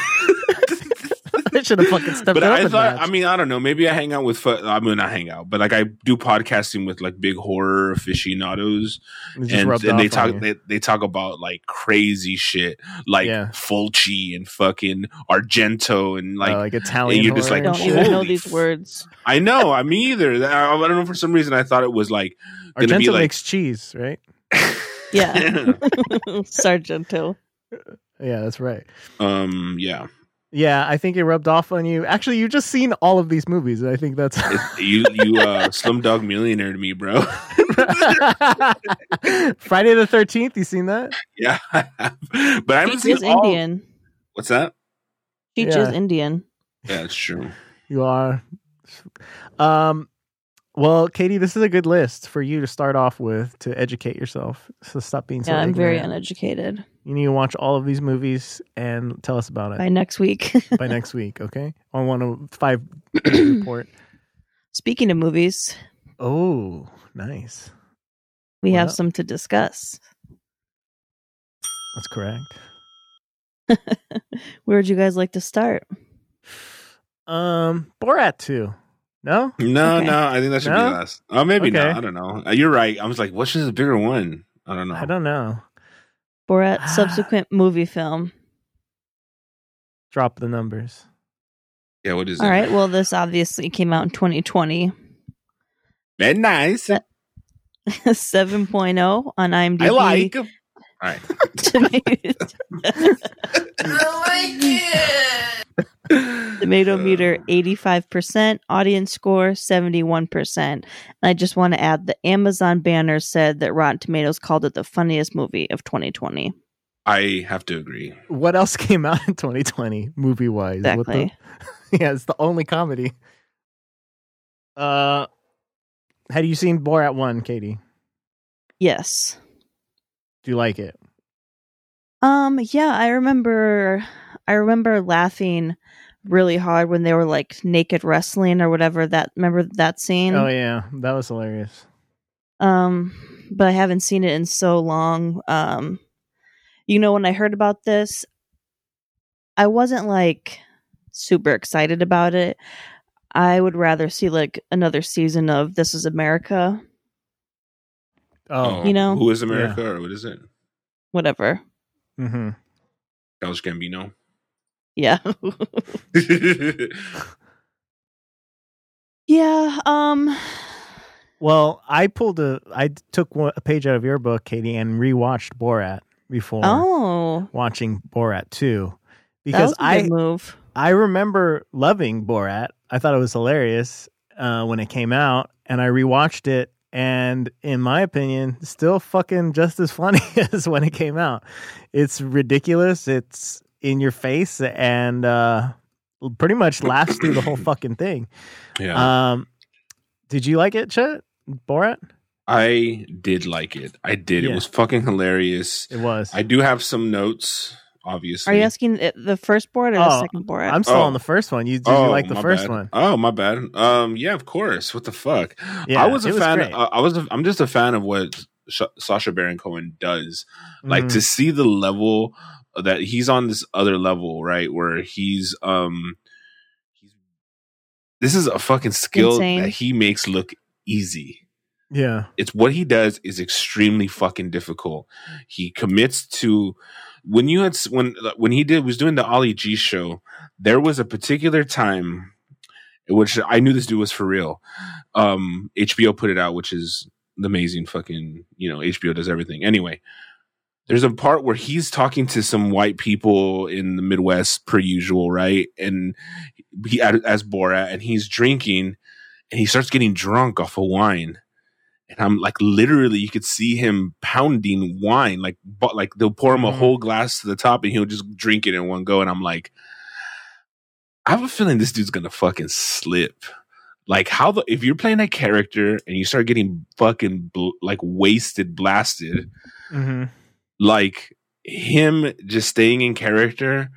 Speaker 3: I should have fucking stepped
Speaker 2: but
Speaker 3: it up.
Speaker 2: I
Speaker 3: a
Speaker 2: thought,
Speaker 3: notch.
Speaker 2: I mean, I don't know. Maybe I hang out with, fu- I mean, not hang out, but like I do podcasting with like big horror aficionados,
Speaker 3: It just
Speaker 2: and,
Speaker 3: rubbed
Speaker 2: and they
Speaker 3: off on
Speaker 2: talk,
Speaker 3: you.
Speaker 2: they, they talk about like crazy shit, like
Speaker 3: Yeah.
Speaker 2: Fulci and fucking Argento, and like,
Speaker 3: Uh, like
Speaker 2: and
Speaker 3: Italian.
Speaker 2: you're just
Speaker 3: horror
Speaker 2: like,
Speaker 3: and
Speaker 1: Don't even know
Speaker 2: holy
Speaker 1: these words.
Speaker 2: I know, I me either. I, I don't know for some reason I thought it was like gonna
Speaker 3: Argento
Speaker 2: be like
Speaker 3: makes cheese, right?
Speaker 1: Yeah. Sargento.
Speaker 3: Yeah, that's right.
Speaker 2: um, yeah.
Speaker 3: Yeah, I think it rubbed off on you. Actually, you've just seen all of these movies. and I think that's.
Speaker 2: You you uh slumdog millionaire to me, bro.
Speaker 3: Friday the Thirteenth. You seen that?
Speaker 2: yeah. but I haven't
Speaker 1: Cheech
Speaker 2: seen
Speaker 1: is
Speaker 2: all-
Speaker 1: Indian.
Speaker 2: What's that?
Speaker 1: Cheech
Speaker 3: Yeah.
Speaker 1: is Indian.
Speaker 2: Yeah, it's true.
Speaker 3: You are. Um, well, Katie, this is a good list for you to start off with to educate yourself. So stop being so.
Speaker 1: yeah, I'm very
Speaker 3: ignorant.
Speaker 1: uneducated.
Speaker 3: You need to watch all of these movies and tell us about it
Speaker 1: By next week.
Speaker 3: by next week, okay? On one of five report.
Speaker 1: Speaking of movies,
Speaker 3: Oh, nice.
Speaker 1: we
Speaker 3: What
Speaker 1: have
Speaker 3: up?
Speaker 1: some to discuss.
Speaker 3: That's correct.
Speaker 1: Where would you guys like to start?
Speaker 3: Um, Borat two. No,
Speaker 2: No,
Speaker 1: Okay.
Speaker 2: no, I think that should
Speaker 3: No?
Speaker 2: be last. Oh, maybe
Speaker 3: Okay.
Speaker 2: not. I don't know. Uh, You're right. I was like, what's the bigger one? I don't know.
Speaker 3: I don't know.
Speaker 1: Borat subsequent movie film.
Speaker 3: Drop the numbers.
Speaker 2: Yeah, what is
Speaker 1: All
Speaker 2: that?
Speaker 1: right. Well, this obviously came out in 2020.
Speaker 2: Very nice.
Speaker 1: uh, 7.0 on IMDb.
Speaker 2: I like. 'em. All right.
Speaker 1: Tomato
Speaker 2: Uh,
Speaker 1: meter 85%, audience score 71%. And I just want to add the Amazon banner said that Rotten Tomatoes called it the funniest movie of 2020.
Speaker 2: I have to agree.
Speaker 3: What else came out in 2020 movie wise?
Speaker 1: Exactly.
Speaker 3: yeah, it's the only comedy. Uh, had you seen Borat one, Katie?
Speaker 1: Yes.
Speaker 3: Do you like it?
Speaker 1: Um yeah, I remember I remember laughing really hard when they were like naked wrestling or whatever that remember that scene?
Speaker 3: Oh yeah, that was hilarious.
Speaker 1: um but i haven't seen it in so long um you know when i heard about this i wasn't like super excited about it i would rather see like another season of this is america
Speaker 3: Oh,
Speaker 1: You know?
Speaker 2: who is America or what is it?
Speaker 1: whatever
Speaker 3: Mm-hmm.
Speaker 2: Carlos Gambino.
Speaker 1: yeah yeah um
Speaker 3: Well, I pulled a, I took one, a page out of your book, Katie, and rewatched Borat before
Speaker 1: oh
Speaker 3: watching Borat two
Speaker 1: that
Speaker 3: because
Speaker 1: was a
Speaker 3: I
Speaker 1: good move
Speaker 3: I remember loving Borat. I thought it was hilarious uh, when it came out, and I rewatched it, and in my opinion, still fucking just as funny as when it came out. It's ridiculous. It's in your face, and uh, pretty much laughs through the whole fucking thing.
Speaker 2: Yeah.
Speaker 3: Um, did you like it, Chet? Borat?
Speaker 2: I did like it. I did. It
Speaker 3: Yeah.
Speaker 2: was fucking hilarious.
Speaker 3: It was.
Speaker 2: I do have some notes, obviously.
Speaker 1: are you asking it- the first board or the
Speaker 3: Oh,
Speaker 1: second board
Speaker 3: I'm still
Speaker 2: Oh.
Speaker 3: on the first one. You did you like the
Speaker 2: my
Speaker 3: first
Speaker 2: bad.
Speaker 3: one?
Speaker 2: Oh, my bad. Um, yeah, of course. What the fuck?
Speaker 3: Yeah,
Speaker 2: I was a
Speaker 3: it was
Speaker 2: fan.
Speaker 3: great.
Speaker 2: I, I was. A, I'm just a fan of what Sh- Sasha Baron Cohen does. Like
Speaker 3: Mhm.
Speaker 2: to see the level that he's on this other level, right? Where he's um, he's this is a fucking skill
Speaker 1: Insane.
Speaker 2: that he makes look easy
Speaker 3: Yeah.
Speaker 2: it's what he does is extremely fucking difficult. He commits to when you had s- when when he did was doing the Ollie G show. There was a particular time in which I knew this dude was for real. Um, HBO put it out, which is the amazing fucking you know HBO does everything anyway. There's a part where he's talking to some white people in the Midwest, per usual, right? And he as Borat, and he's drinking, and he starts getting drunk off of wine and I'm like literally you could see him pounding wine like but like they'll pour him a
Speaker 3: Mhm.
Speaker 2: whole glass to the top and he'll just drink it in one go and I'm like I have a feeling this dude's gonna fucking slip like how the if you're playing that character and you start getting fucking bl- like wasted blasted
Speaker 3: Mm-hmm.
Speaker 2: like him just staying in character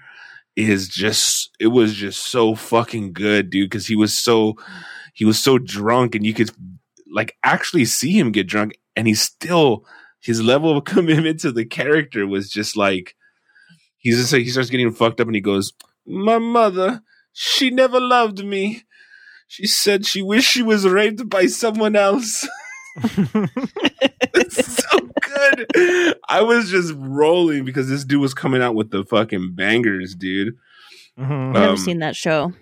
Speaker 2: is just it was just so fucking good dude because he was so he was so drunk and you could like actually see him get drunk and he's still his level of commitment to the character was just like he's just like he starts getting fucked up and he goes my mother she never loved me she said she wished she was raped by someone else it's so good i was just rolling because this dude was coming out with the fucking bangers dude
Speaker 3: Mm-hmm.
Speaker 1: i've never
Speaker 2: um,
Speaker 1: seen that show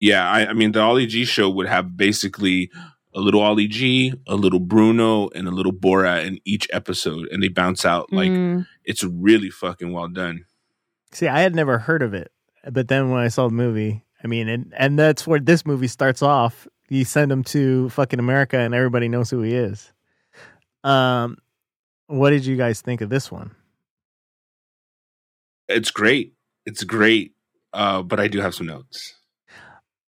Speaker 2: yeah, I, I mean the Ollie G show would have basically a little Ollie G, a little Bruno, and a little Borat in each episode, and they bounce out like
Speaker 1: Mm.
Speaker 2: it's really fucking well done.
Speaker 3: See, I had never heard of it, but then when I saw the movie, I mean, and and that's where this movie starts off. You send him to fucking America, and everybody knows who he is. Um, what did you guys think of this one?
Speaker 2: It's great, it's great. Uh, but I do have some notes.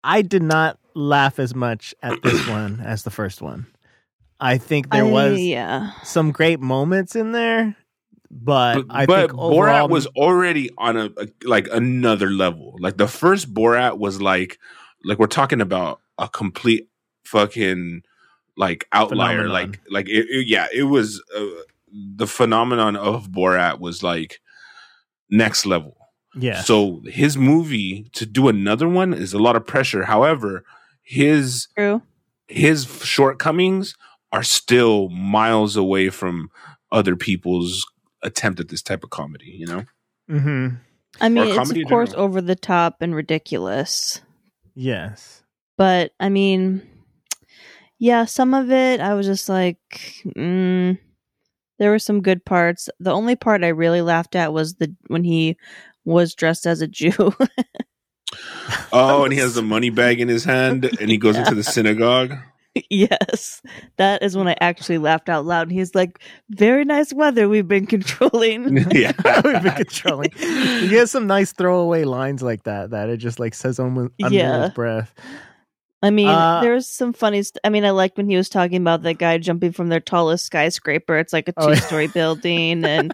Speaker 3: I did not laugh as much at this one as the first one. I think there
Speaker 1: I-
Speaker 3: was
Speaker 1: yeah
Speaker 3: some great moments in there,
Speaker 2: But,
Speaker 3: but, I
Speaker 2: but
Speaker 3: think overall,
Speaker 2: Borat was already on a, a like another level. Like the first Borat was like like we're talking about a complete fucking like outlier.
Speaker 3: Phenomenon.
Speaker 2: Like like it, it- yeah, it was uh, the phenomenon of Borat was like next level.
Speaker 3: yeah,
Speaker 2: So his movie to do another one is a lot of pressure. However, his
Speaker 1: true
Speaker 2: his shortcomings are still miles away from other people's attempt at this type of comedy, you know?
Speaker 3: hmm
Speaker 1: I mean, it's
Speaker 2: comedy
Speaker 1: of
Speaker 2: in
Speaker 1: course
Speaker 2: general.
Speaker 1: over the top and ridiculous,
Speaker 3: Yes.
Speaker 1: but I mean, yeah, some of it I was just like, mm, there were some good parts. The only part I really laughed at was the when he was dressed as a Jew.
Speaker 2: Oh, and he has the money bag in his hand, and he goes into the synagogue.
Speaker 1: yes, that is when I actually laughed out loud. And he's like, "Very nice weather we've been controlling."
Speaker 2: yeah,
Speaker 3: we've been controlling. He has some nice throwaway lines like that that it just like says almost under
Speaker 1: Yeah.
Speaker 3: his breath.
Speaker 1: I mean,
Speaker 3: Uh,
Speaker 1: there's some funny. St- I mean, I liked when he was talking about that guy jumping from their tallest skyscraper. It's like a
Speaker 3: Oh, yeah.
Speaker 1: two story building, and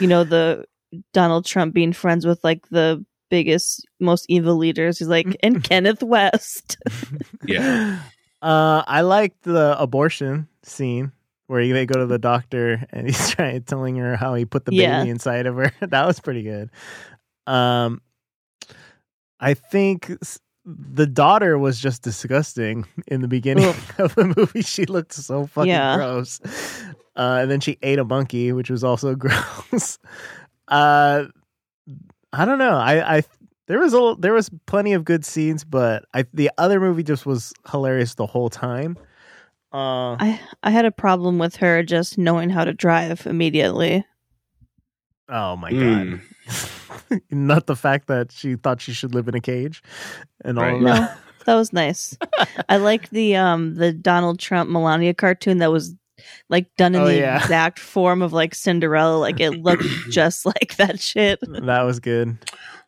Speaker 1: you know the Donald Trump being friends with like the biggest, most evil leaders. He's like, and Kenneth West.
Speaker 2: Yeah.
Speaker 3: Uh, I liked the abortion scene where they go to the doctor and he's trying telling her how he put the baby
Speaker 1: Yeah.
Speaker 3: inside of her. that was pretty good. Um, I think s- the daughter was just disgusting in the beginning of the movie. She looked so fucking
Speaker 1: Yeah.
Speaker 3: gross. Uh, and then she ate a monkey, which was also gross. uh, I don't know. I, I there was a there was plenty of good scenes, but I the other movie just was hilarious the whole time. Uh,
Speaker 1: I I had a problem with her just knowing how to drive immediately.
Speaker 3: oh my
Speaker 2: Mm.
Speaker 3: god! Not the fact that she thought she should live in a cage, and all
Speaker 2: Right.
Speaker 3: of
Speaker 1: No,
Speaker 3: that.
Speaker 1: that was nice. I liked the um the Donald Trump Melania cartoon that was like done in
Speaker 3: Oh,
Speaker 1: the
Speaker 3: yeah.
Speaker 1: exact form of like Cinderella. Like it looked just like that shit.
Speaker 3: that was good.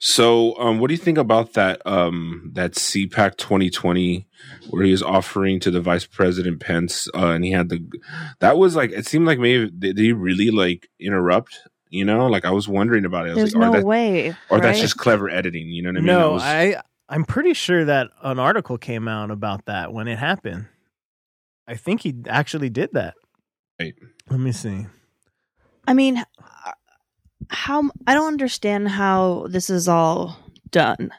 Speaker 2: So, um, what do you think about that um, that CPAC 2020, where he was offering to the Vice President Pence, uh, and he had the that was like it seemed like maybe did he really like interrupt? You know, like I was wondering about it. I was
Speaker 1: There's
Speaker 2: like,
Speaker 1: no
Speaker 2: or, that,
Speaker 1: way.
Speaker 2: or that's
Speaker 1: right?
Speaker 2: just clever editing. You know what I mean?
Speaker 3: no,
Speaker 2: It was-
Speaker 3: I I'm pretty sure that an article came out about that when it happened. I think he actually did that.
Speaker 2: Right.
Speaker 3: Let me see.
Speaker 1: I mean, how I don't understand how this is all done.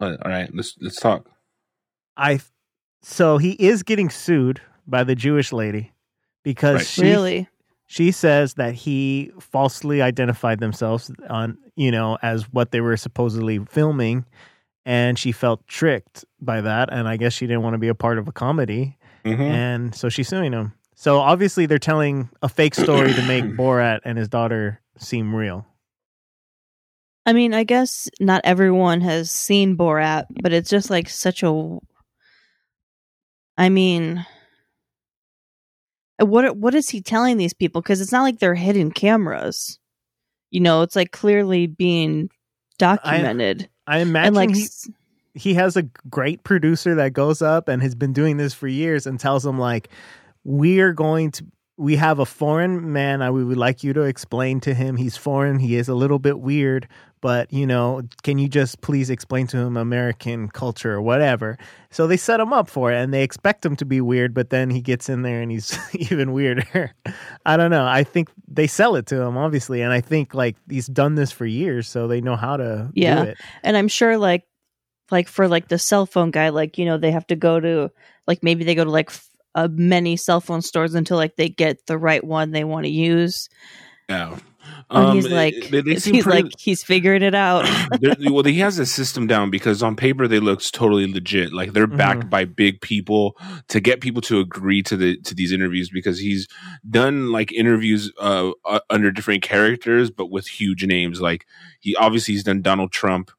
Speaker 2: Uh, all right, let's let's talk.
Speaker 3: I so he is getting sued by the Jewish lady because
Speaker 2: Right.
Speaker 3: she
Speaker 1: really?
Speaker 3: she says that he falsely identified themselves on you know as what they were supposedly filming and she felt tricked by that and I guess she didn't want to be a part of a comedy
Speaker 2: Mhm.
Speaker 3: and so she's suing him. So obviously they're telling a fake story to make Borat and his daughter seem real.
Speaker 1: I mean, I guess not everyone has seen Borat, but it's just like such a. I mean, what what is he telling these people? Because it's not like they're hidden cameras. You know, it's like clearly being documented
Speaker 3: I imagine
Speaker 1: and like
Speaker 3: he,
Speaker 1: s-
Speaker 3: he has a great producer that goes up and has been doing this for years and tells him like we're going to we have a foreign man i we would like you to explain to him he's foreign he is a little bit weird but you know can you just please explain to him american culture or whatever so they set him up for it and they expect him to be weird but then he gets in there and he's even weirder i don't know i think they sell it to him obviously and i think like he's done this for years so they know how to
Speaker 1: Yeah.
Speaker 3: do it
Speaker 1: and I'm sure like like for like the cell phone guy, like you know they have to go to like maybe they go to like f- uh, many cell phone stores until like they get the right one they want to use.
Speaker 2: Yeah.
Speaker 1: And
Speaker 2: Um,
Speaker 1: he's like,
Speaker 2: they, they seem
Speaker 1: he's
Speaker 2: pretty,
Speaker 1: like, he's figuring it out.
Speaker 2: They're- well, he has his system down because on paper they look totally legit. Like they're backed by big people to get people to agree to the to these interviews because he's done like interviews uh, uh, under different characters but with huge names. Like he obviously he's done Donald Trump.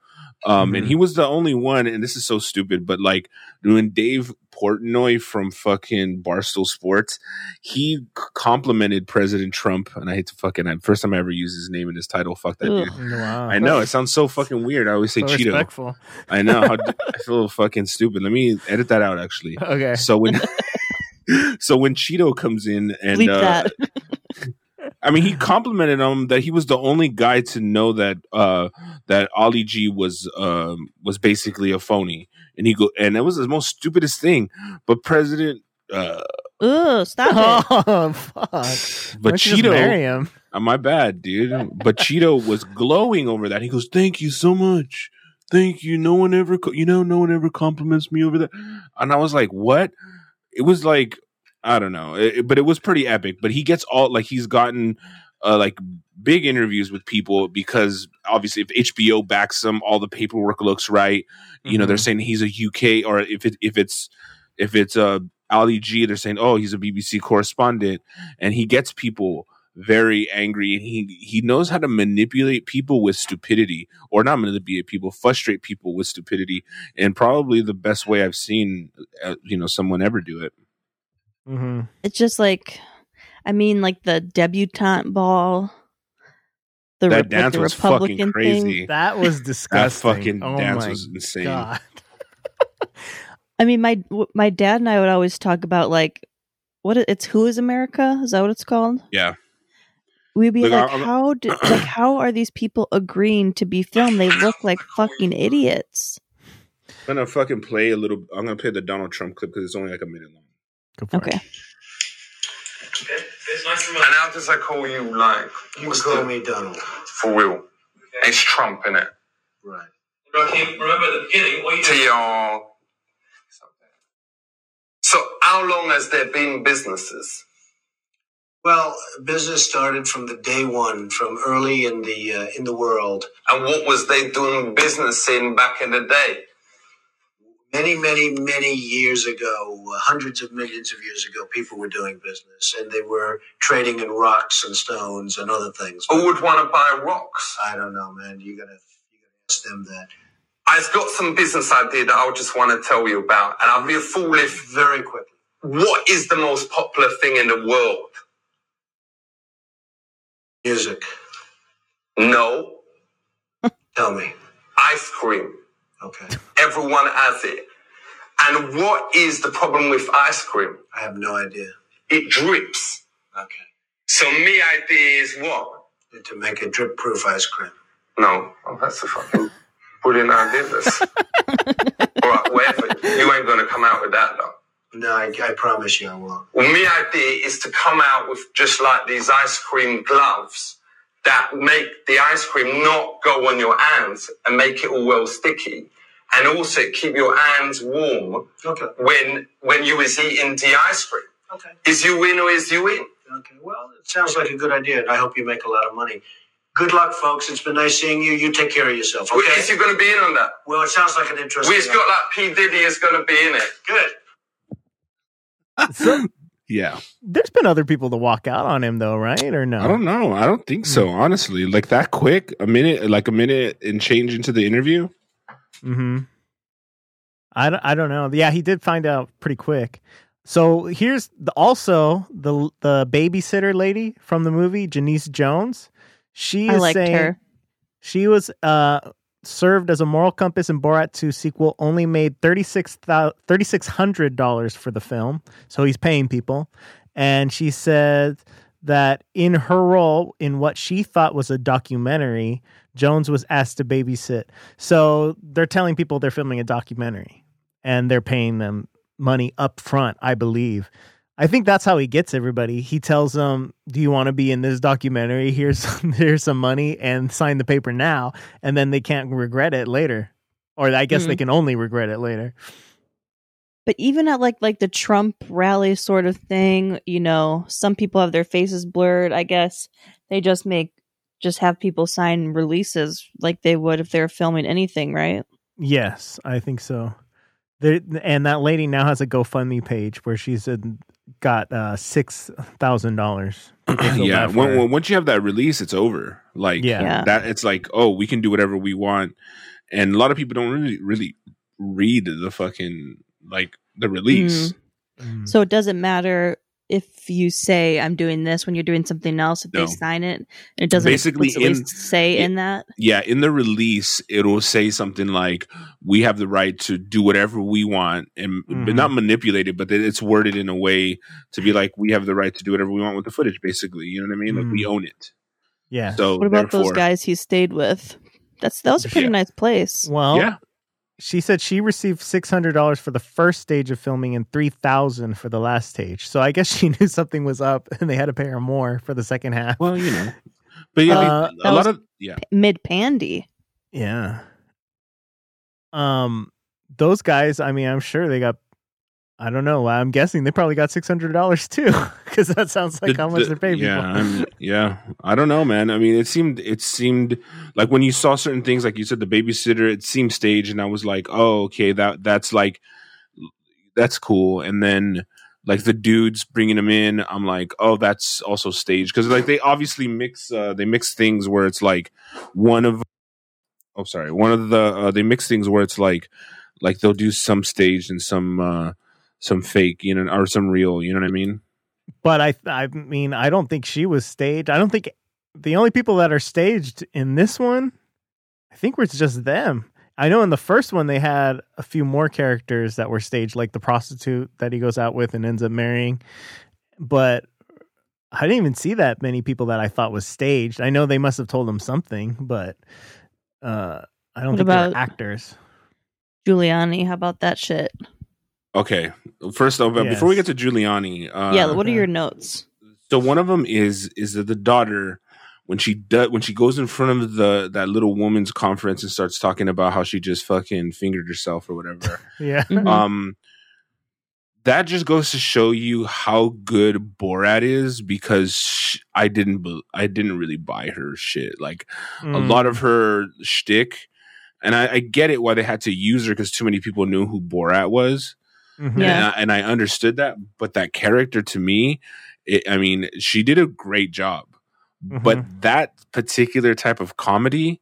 Speaker 2: Um, and
Speaker 3: Mhm.
Speaker 2: he was the only one, and this is so stupid, but like when Dave Portnoy from fucking Barstool Sports, he c- complimented President Trump, and I hate to fucking, I, first time I ever used his name in his title, fuck that dude.
Speaker 1: Ugh.
Speaker 3: wow
Speaker 2: I know it sounds so fucking weird. I always say
Speaker 3: so
Speaker 2: Cheeto.
Speaker 3: respectful.
Speaker 2: I know. How, d- I feel fucking stupid. Let me edit that out. Actually,
Speaker 3: Okay.
Speaker 2: so when so when Cheeto comes in and
Speaker 1: Bleep
Speaker 2: uh,
Speaker 1: that.
Speaker 2: I mean he complimented him that he was the only guy to know that uh that Ollie G was um was basically a phony and he go and that was the most stupidest thing. But President uh
Speaker 1: Ooh, stop it.
Speaker 3: Oh fuck! Why
Speaker 2: but
Speaker 3: don't you just marry
Speaker 2: Cheeto
Speaker 3: him.
Speaker 2: uh, my bad dude. But Cheeto was glowing over that. He goes, "Thank you so much." Thank you. No one ever, co- you know, no one ever compliments me over that. And I was like, what? It was like I don't know, it, it- but it was pretty epic. But he gets all like he's gotten uh, like big interviews with people because obviously if HBO backs them, all the paperwork looks right. You know, they're saying he's a UK or if it if it's if it's uh Ali G, they're saying oh he's a BBC correspondent, and he gets people very angry and he he knows how to manipulate people with stupidity or not manipulate people frustrate people with stupidity and probably the best way i've seen uh, you know someone ever do it
Speaker 3: Mm-hmm.
Speaker 1: It's just like, I mean, like the debutante ball. The,
Speaker 2: That
Speaker 1: re- like
Speaker 2: dance
Speaker 1: the
Speaker 2: was fucking
Speaker 1: Republican thing.
Speaker 2: crazy.
Speaker 3: That was disgusting.
Speaker 2: fucking
Speaker 3: oh
Speaker 2: dance
Speaker 3: my
Speaker 2: was insane.
Speaker 3: God.
Speaker 1: I mean, my w- my dad and I would always talk about like, what it- it's Who is America? Is that what it's called?
Speaker 2: yeah
Speaker 1: We'd be
Speaker 2: Look,
Speaker 1: like,
Speaker 2: I'm-
Speaker 1: how do, like how are these people agreeing to be filmed? They look like fucking idiots.
Speaker 2: i'm gonna fucking play a little i'm gonna play the donald trump clip because it's only like a minute long
Speaker 1: Okay.
Speaker 18: And how does that call you like? You What's call me Donald. For real. It's Trump, innit? Right.
Speaker 19: Raheem, remember at the beginning, what you did-
Speaker 18: TR. So, how long has there been businesses?
Speaker 20: Well, business started from the day one, from early in the uh, in the world.
Speaker 18: And what was they doing business in back in the day?
Speaker 20: Many, many, many years ago, uh, hundreds of millions of years ago, people were doing business, and they were trading in rocks and stones and other things.
Speaker 18: Who would want to buy rocks?
Speaker 20: I don't know, man. You're gonna ask them that.
Speaker 18: I've got some business idea that I just want to tell you about, and I'll be a fool if.
Speaker 20: Very quickly.
Speaker 18: What is the most popular thing in the world?
Speaker 20: Music.
Speaker 18: No.
Speaker 20: Tell me.
Speaker 18: Ice cream.
Speaker 20: Okay.
Speaker 18: Everyone has it. And what is the problem with ice cream?
Speaker 20: I have no idea.
Speaker 18: It drips.
Speaker 20: Okay.
Speaker 18: So me idea is what?
Speaker 20: To make a drip-proof ice cream.
Speaker 18: No. Oh, that's a fucking brilliant idea. This. All right, whatever. You ain't gonna come out with that though.
Speaker 20: No, I, I promise you, I won't.
Speaker 18: Well, me idea is to come out with just like these ice cream gloves that make the ice cream not go on your hands and make it all well sticky. And also keep your hands warm
Speaker 20: Okay.
Speaker 18: when when you is eating the ice cream.
Speaker 20: Okay.
Speaker 18: Is you in or is you in?
Speaker 20: Okay, well, it sounds like a good idea, and I hope you make a lot of money. Good luck, folks. It's been nice seeing you. You take care of yourself,
Speaker 18: Well,
Speaker 20: okay?
Speaker 18: Is you gonna be in on that?
Speaker 20: Well, it sounds like an interesting.
Speaker 18: We've got like P Diddy is gonna be in it.
Speaker 20: Good.
Speaker 2: yeah
Speaker 3: There's been other people to walk out on him though, right? Or no?
Speaker 2: i don't know i don't think so honestly like that quick a minute like a minute and change into the interview
Speaker 3: Mm-hmm. I don't, I don't know. Yeah, he did find out pretty quick. So here's the, also the the babysitter lady from the movie, Janice Jones. She
Speaker 1: I
Speaker 3: is
Speaker 1: liked
Speaker 3: saying
Speaker 1: her.
Speaker 3: she was uh, served as a moral compass in Borat 2 sequel. Only made thirty six thirty six hundred dollars for the film, so he's paying people. And she said that in her role in what she thought was a documentary, Jones was asked to babysit. So they're telling people they're filming a documentary and they're paying them money up front, I believe. I think that's how he gets everybody. He tells them, "Do you want to be in this documentary? Here's here's some money and sign the paper now." And then they can't regret it later. Or I guess they
Speaker 1: Mhm.
Speaker 3: can only regret it later.
Speaker 1: But even at like like the Trump rally sort of thing, you know, some people have their faces blurred. I guess they just make just have people sign releases like they would if they were filming anything, right?
Speaker 3: Yes, I think so. There, and that lady now has a GoFundMe page where she's in, got uh, six thousand dollars.
Speaker 2: yeah when, when- once you have that release it's over like
Speaker 3: Yeah. Yeah.
Speaker 2: that it's like oh we can do whatever we want and a lot of people don't really really read the fucking like the release
Speaker 1: Mm.
Speaker 2: Mm-hmm.
Speaker 1: So it doesn't matter if you say I'm doing this when you're doing something else. If
Speaker 2: No.
Speaker 1: they sign it, it doesn't
Speaker 2: Basically
Speaker 1: explicitly
Speaker 2: in-
Speaker 1: say in that.
Speaker 2: yeah in the release it'll say something like we have the right to do whatever we want and but
Speaker 3: Mhm.
Speaker 2: not manipulate it but that it's worded in a way to be like we have the right to do whatever we want with the footage basically you know what i mean like we own it
Speaker 3: Yeah.
Speaker 2: so
Speaker 1: What about those
Speaker 2: therefore-
Speaker 1: guys he stayed with? That's that was a pretty
Speaker 2: Yeah.
Speaker 1: nice place.
Speaker 3: Well, she said she received six hundred dollars for the first stage of filming and three thousand for the last stage. So I guess she knew something was up, and they had to pay her more for the second half.
Speaker 2: Well, you know, but yeah,
Speaker 3: Uh,
Speaker 2: a lot of yeah
Speaker 1: mid pandy.
Speaker 3: yeah. Um, those guys. I mean, I'm sure they got. I don't know. I'm guessing they probably got six hundred dollars too, because that sounds like
Speaker 2: The-
Speaker 3: how much
Speaker 2: the-
Speaker 3: they're paying
Speaker 2: yeah,
Speaker 3: people.
Speaker 2: I'm- yeah. I don't know, man. I mean, it seemed it seemed like when you saw certain things, like you said, the babysitter, it seemed staged, and I was like, oh, okay, that that's like that's cool. And then like the dudes bringing them in, I'm like, oh, that's also staged because like they obviously mix uh, they mix things where it's like one of oh sorry one of the uh, they mix things where it's like like they'll do some staged and some uh some fake you know or some real you know what i mean
Speaker 3: But I, I mean, I don't think she was staged. I don't think the only people that are staged in this one, I think, were just them. I know in the first one they had a few more characters that were staged, like the prostitute that he goes out with and ends up marrying. But I didn't even see that many people that I thought was staged. I know they must have told him something, but uh, I don't
Speaker 1: What
Speaker 3: think
Speaker 1: about-
Speaker 3: they were actors.
Speaker 1: Giuliani, how about that shit?
Speaker 2: Okay. First of all, before we
Speaker 1: Yes.
Speaker 2: get to Giuliani, uh,
Speaker 1: yeah, what are your notes?
Speaker 2: so one of them is is that the daughter when she does when she goes in front of the that little woman's conference and starts talking about how she just fucking fingered herself or whatever.
Speaker 3: Yeah.
Speaker 1: Mm-hmm.
Speaker 2: Um, that just goes to show you how good Borat is because sh- I didn't bel- I didn't really buy her shit. Like
Speaker 1: Mm-hmm.
Speaker 2: a
Speaker 21: Mm.
Speaker 2: lot of her shtick, and I, I get it why they had to use her because too many people knew who Borat was.
Speaker 3: Mhm.
Speaker 2: And,
Speaker 21: Yeah.
Speaker 2: I, and I understood that, but that character to me, it, I mean, she did a great job. But that particular type of comedy,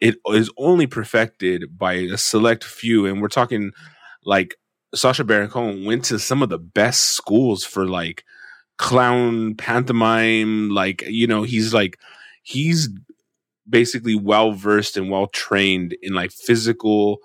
Speaker 2: it is only perfected by a select few, and we're talking like Sasha Baron Cohen went to some of the best schools for like clown pantomime. Like you know, he's like he's basically well versed and well trained in like physical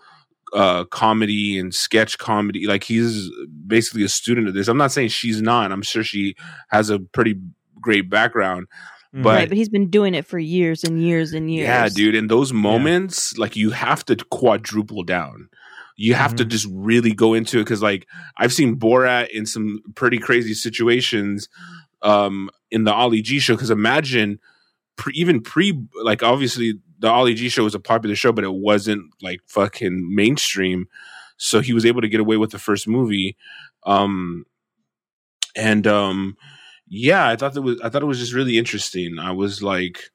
Speaker 2: uh comedy and sketch comedy like he's basically a student of this i'm not saying she's not i'm sure she has a pretty great background
Speaker 3: Mm-hmm.
Speaker 2: but
Speaker 1: right, but he's been doing it for years and years and years.
Speaker 2: yeah, dude. In those moments, like you have to quadruple down. You have to just really go into it because, like, I've seen Borat in some pretty crazy situations um, in the Ali G show. Because imagine, pre, even pre, like, obviously the Ali G show was a popular show, but it wasn't like fucking mainstream. So he was able to get away with the first movie. Um, and um, yeah, I thought that was I thought it was just really interesting. I was like,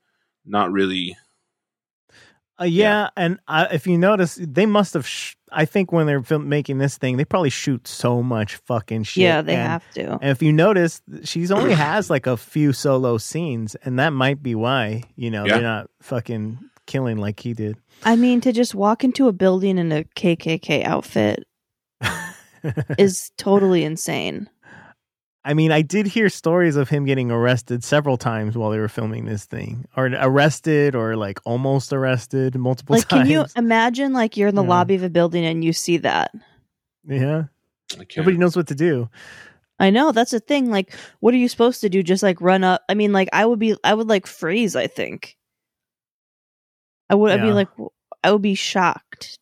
Speaker 2: not really
Speaker 3: Uh, yeah, and I, if you notice, they must have. Sh- I think when they're film- making this thing, they probably shoot so much fucking shit.
Speaker 1: Yeah, they
Speaker 3: and-
Speaker 1: have to.
Speaker 3: And if you notice, she's only has like a few solo scenes, and that might be why you know
Speaker 1: Yeah.
Speaker 3: they're not fucking killing like he did.
Speaker 1: I mean, to just walk into a building in a KKK outfit is totally insane.
Speaker 3: I mean, I did hear stories of him getting arrested several times while they were filming this thing, or arrested, or like almost arrested multiple
Speaker 1: Like,
Speaker 3: times.
Speaker 1: can you imagine? Like, you're in the lobby of a building and you see that.
Speaker 3: Yeah, nobody knows what to do.
Speaker 1: I know that's a thing. Like, what are you supposed to do? Just like run up? I mean, like, I would be, I would like freeze. I think I would. I'd be
Speaker 3: Yeah.
Speaker 1: like, w- I would be shocked.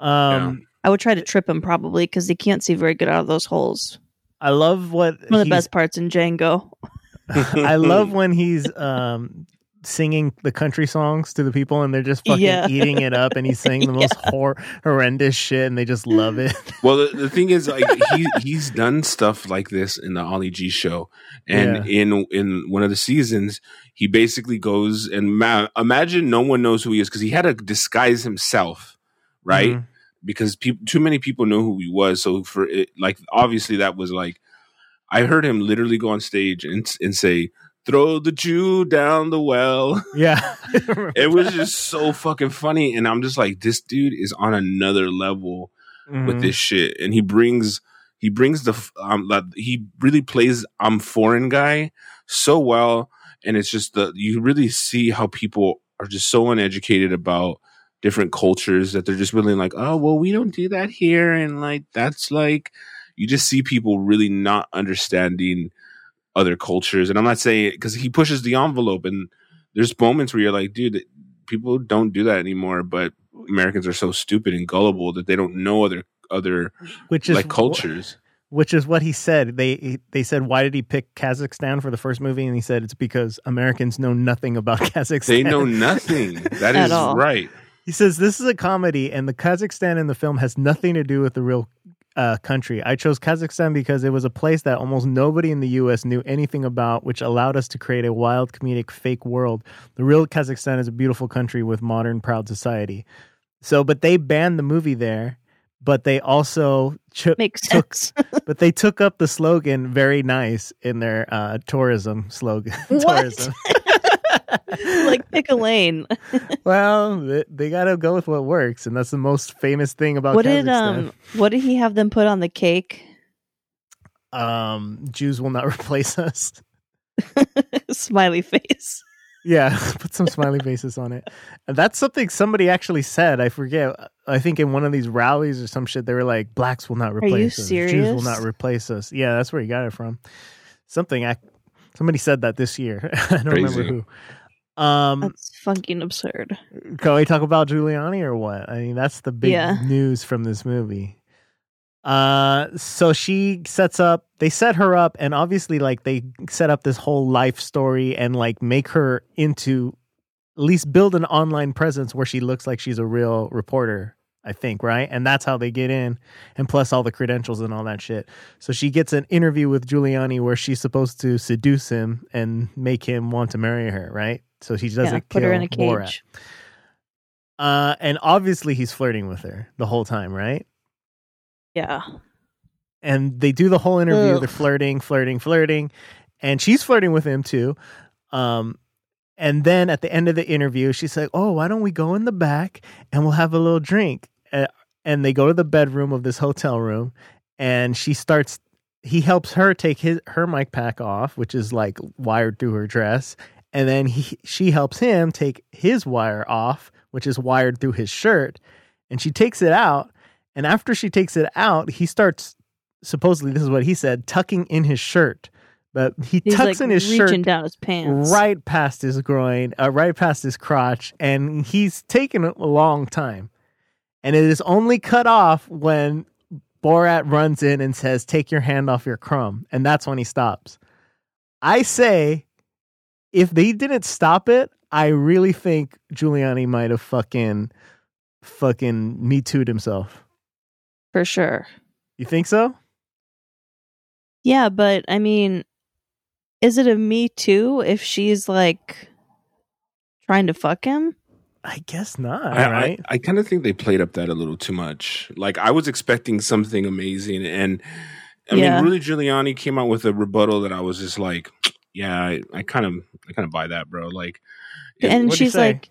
Speaker 3: Um,
Speaker 1: I would try to trip him probably because he can't see very good out of those holes.
Speaker 3: I love what
Speaker 1: one of the
Speaker 3: he's-
Speaker 1: best parts in Django.
Speaker 3: I love when he's um singing the country songs to the people and they're just fucking
Speaker 1: Yeah.
Speaker 3: eating it up and he's saying the most hor- horrendous shit and they just love it.
Speaker 2: well the, the thing is like he he's done stuff like this in the ollie g show and in in one of the seasons he basically goes and ma- imagine no one knows who he is because he had to disguise himself right
Speaker 3: Mm-hmm.
Speaker 21: Mhm.
Speaker 2: because peop too many people know who he was so for it like obviously that was like i heard him literally go on stage and, and say throw the jew down the well
Speaker 3: Yeah.
Speaker 2: it was just so fucking funny and i'm just like this dude is on another level with
Speaker 3: Mhm.
Speaker 2: this shit and he brings he brings the f- um like, he really plays i'm foreign guy so well and it's just the you really see how people are just so uneducated about different cultures that they're just really like oh well we don't do that here and like that's like you just see people really not understanding other cultures and i'm not saying because he pushes the envelope and there's moments where you're like dude people don't do that anymore but americans are so stupid and gullible that they don't know other other
Speaker 3: Which is
Speaker 2: like
Speaker 3: wh-
Speaker 2: cultures
Speaker 3: Which is what he said. They they said why did he pick Kazakhstan for the first movie and he said it's because Americans know nothing about Kazakhstan.
Speaker 2: they know nothing that
Speaker 3: At
Speaker 2: is
Speaker 3: all.
Speaker 2: right
Speaker 3: He says this is a comedy, and the Kazakhstan in the film has nothing to do with the real uh, country. I chose Kazakhstan because it was a place that almost nobody in the U.S. knew anything about, which allowed us to create a wild, comedic, fake world. The real Kazakhstan is a beautiful country with modern, proud society. So, but they banned the movie there, but they also cho-
Speaker 1: Makes
Speaker 3: took,
Speaker 1: sense.
Speaker 3: but they took up the slogan "very nice" in their uh, tourism slogan.
Speaker 1: What?
Speaker 3: tourism.
Speaker 1: like pick a lane.
Speaker 3: well, they, they got to go with what works, and that's the most famous thing about
Speaker 1: what
Speaker 3: Kazakhstan.
Speaker 1: did um what did he have them put on the cake?
Speaker 3: um Jews will not replace us.
Speaker 1: Smiley face.
Speaker 3: Yeah, put some smiley faces on it. And that's something somebody actually said. I forget. I think in one of these rallies or some shit, they were like, "Blacks will not
Speaker 1: you
Speaker 3: replace us. Jews will
Speaker 1: serious?
Speaker 3: not replace us." Yeah, that's where he got it from. Something I somebody said that this year. I don't
Speaker 2: Crazy.
Speaker 3: remember who. Um,
Speaker 1: That's fucking absurd.
Speaker 3: can we talk about Giuliani or what? I mean, that's the big
Speaker 1: Yeah.
Speaker 3: news from this movie. Uh, so she sets up. They set her up, and obviously, like they set up this whole life story and like make her into at least build an online presence where she looks like she's a real reporter. I think right, and that's how they get in, and plus all the credentials and all that shit. So she gets an interview with Giuliani where she's supposed to seduce him and make him want to marry her, right? So she doesn't
Speaker 1: yeah, put her
Speaker 3: kill
Speaker 1: in a cage.
Speaker 3: Borat. Uh, and obviously he's flirting with her the whole time, right?
Speaker 1: Yeah.
Speaker 3: And they do the whole interview.
Speaker 1: Ugh.
Speaker 3: They're flirting, flirting, flirting, and she's flirting with him too. Um, and then at the end of the interview, she's like, "Oh, why don't we go in the back and we'll have a little drink?" Uh, and they go to the bedroom of this hotel room, and she starts. He helps her take his her mic pack off, which is like wired through her dress, and then he she helps him take his wire off, which is wired through his shirt, and she takes it out. And after she takes it out, he starts supposedly this is what he said tucking in his shirt, but he
Speaker 1: He's
Speaker 3: tucks
Speaker 1: like
Speaker 3: in his
Speaker 1: reaching
Speaker 3: shirt
Speaker 1: down his pants.
Speaker 3: right past his groin, uh, right past his crotch, and he's taken a long time. And it is only cut off when Borat runs in and says, "Take your hand off your crumb," and that's when he stops. I say, if they didn't stop it, I really think Giuliani might have fucking, fucking me too'd himself.
Speaker 1: For sure.
Speaker 3: You think so?
Speaker 1: Yeah, but I mean, is it a me too if she's like trying to fuck him?
Speaker 3: I guess not.
Speaker 2: I,
Speaker 3: right?
Speaker 2: I, I kind of think they played up that a little too much. Like I was expecting something amazing, and I
Speaker 1: Yeah.
Speaker 2: mean, Rudy Giuliani came out with a rebuttal that I was just like, "Yeah, I- I kind of, I kind of buy that, bro." Like, it-
Speaker 1: and
Speaker 2: what'd he
Speaker 1: she's
Speaker 2: say?
Speaker 1: like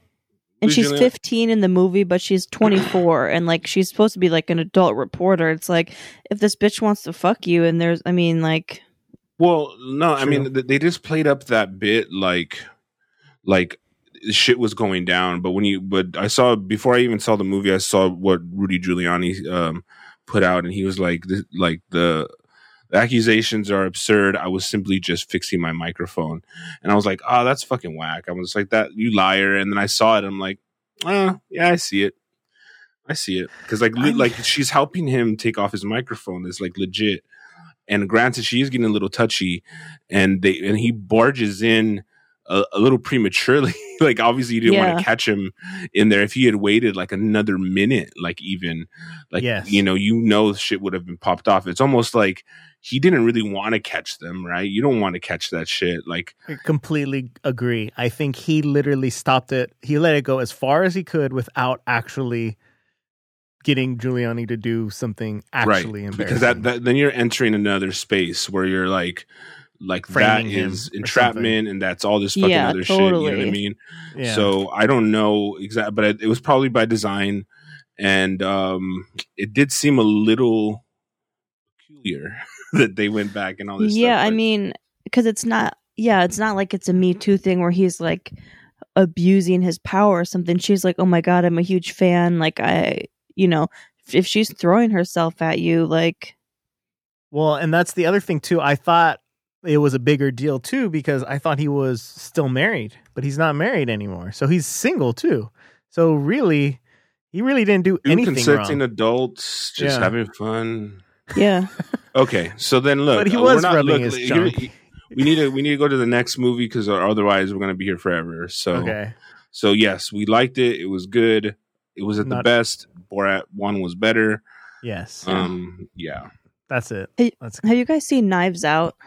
Speaker 1: and
Speaker 2: Who's
Speaker 1: she's
Speaker 2: Julian-
Speaker 1: 15 in the movie but she's 24 and like she's supposed to be like an adult reporter it's like if this bitch wants to fuck you and there's i mean like
Speaker 2: Well, no, I
Speaker 1: True.
Speaker 2: mean th- they just played up that bit like like shit was going down, but when you but I saw before I even saw the movie, I saw what Rudy Giuliani um put out and he was like th- like the the accusations are absurd. I was simply just fixing my microphone. And I was like, "Oh, that's fucking whack." I was like, "That you liar." And then I saw it I'm like, "Ah, yeah, I see it." I see it cuz like le-
Speaker 3: I'm-
Speaker 2: like she's helping him take off his microphone. It's like legit and granted she is getting a little touchy and they and he barges in a, a little prematurely like obviously you didn't want
Speaker 1: Yeah.
Speaker 2: to catch him in there if he had waited like another minute like even like
Speaker 3: Yes.
Speaker 2: you know you know shit would have been popped off it's almost like he didn't really want to catch them right you don't want to catch that shit like
Speaker 3: I completely agree. I think he literally stopped it. He let it go as far as he could without actually getting Giuliani to do something actually
Speaker 2: right
Speaker 3: embarrassing.
Speaker 2: because that, that then you're entering another space where you're like like
Speaker 3: Framing
Speaker 2: that
Speaker 3: him
Speaker 2: is
Speaker 3: or
Speaker 2: entrapment and that's all this fucking
Speaker 1: Yeah,
Speaker 2: other shit you know what
Speaker 1: totally.
Speaker 2: i mean
Speaker 3: Yeah.
Speaker 2: so i don't know exactly but it, it was probably by design and um it did seem a little peculiar that they went back and all this
Speaker 1: yeah
Speaker 2: stuff
Speaker 1: i
Speaker 2: but-
Speaker 1: mean because it's not yeah it's not like it's a me too thing where he's like abusing his power or something she's like oh my god i'm a huge fan like i you know if she's throwing herself at you like
Speaker 3: Well, and that's the other thing too. I thought it was a bigger deal too because I thought he was still married, but he's not married anymore. So he's single too. So really, he really didn't do
Speaker 2: Two
Speaker 3: anything
Speaker 2: consenting
Speaker 3: wrong.
Speaker 2: adults just
Speaker 3: Yeah.
Speaker 2: having fun
Speaker 1: yeah
Speaker 2: okay so then look
Speaker 3: But he
Speaker 2: uh,
Speaker 3: was
Speaker 2: we're not,
Speaker 3: rubbing
Speaker 2: look,
Speaker 3: his
Speaker 2: here-
Speaker 3: junk.
Speaker 2: we need to we need to go to the next movie because otherwise we're gonna be here forever so
Speaker 3: Okay.
Speaker 2: So yes, we liked it. It was good. It was at the
Speaker 3: Not-
Speaker 2: best. Borat one was better.
Speaker 3: Yes.
Speaker 2: Um. Yeah.
Speaker 3: That's it.
Speaker 1: Hey,
Speaker 3: That's
Speaker 1: Have you guys seen Knives Out?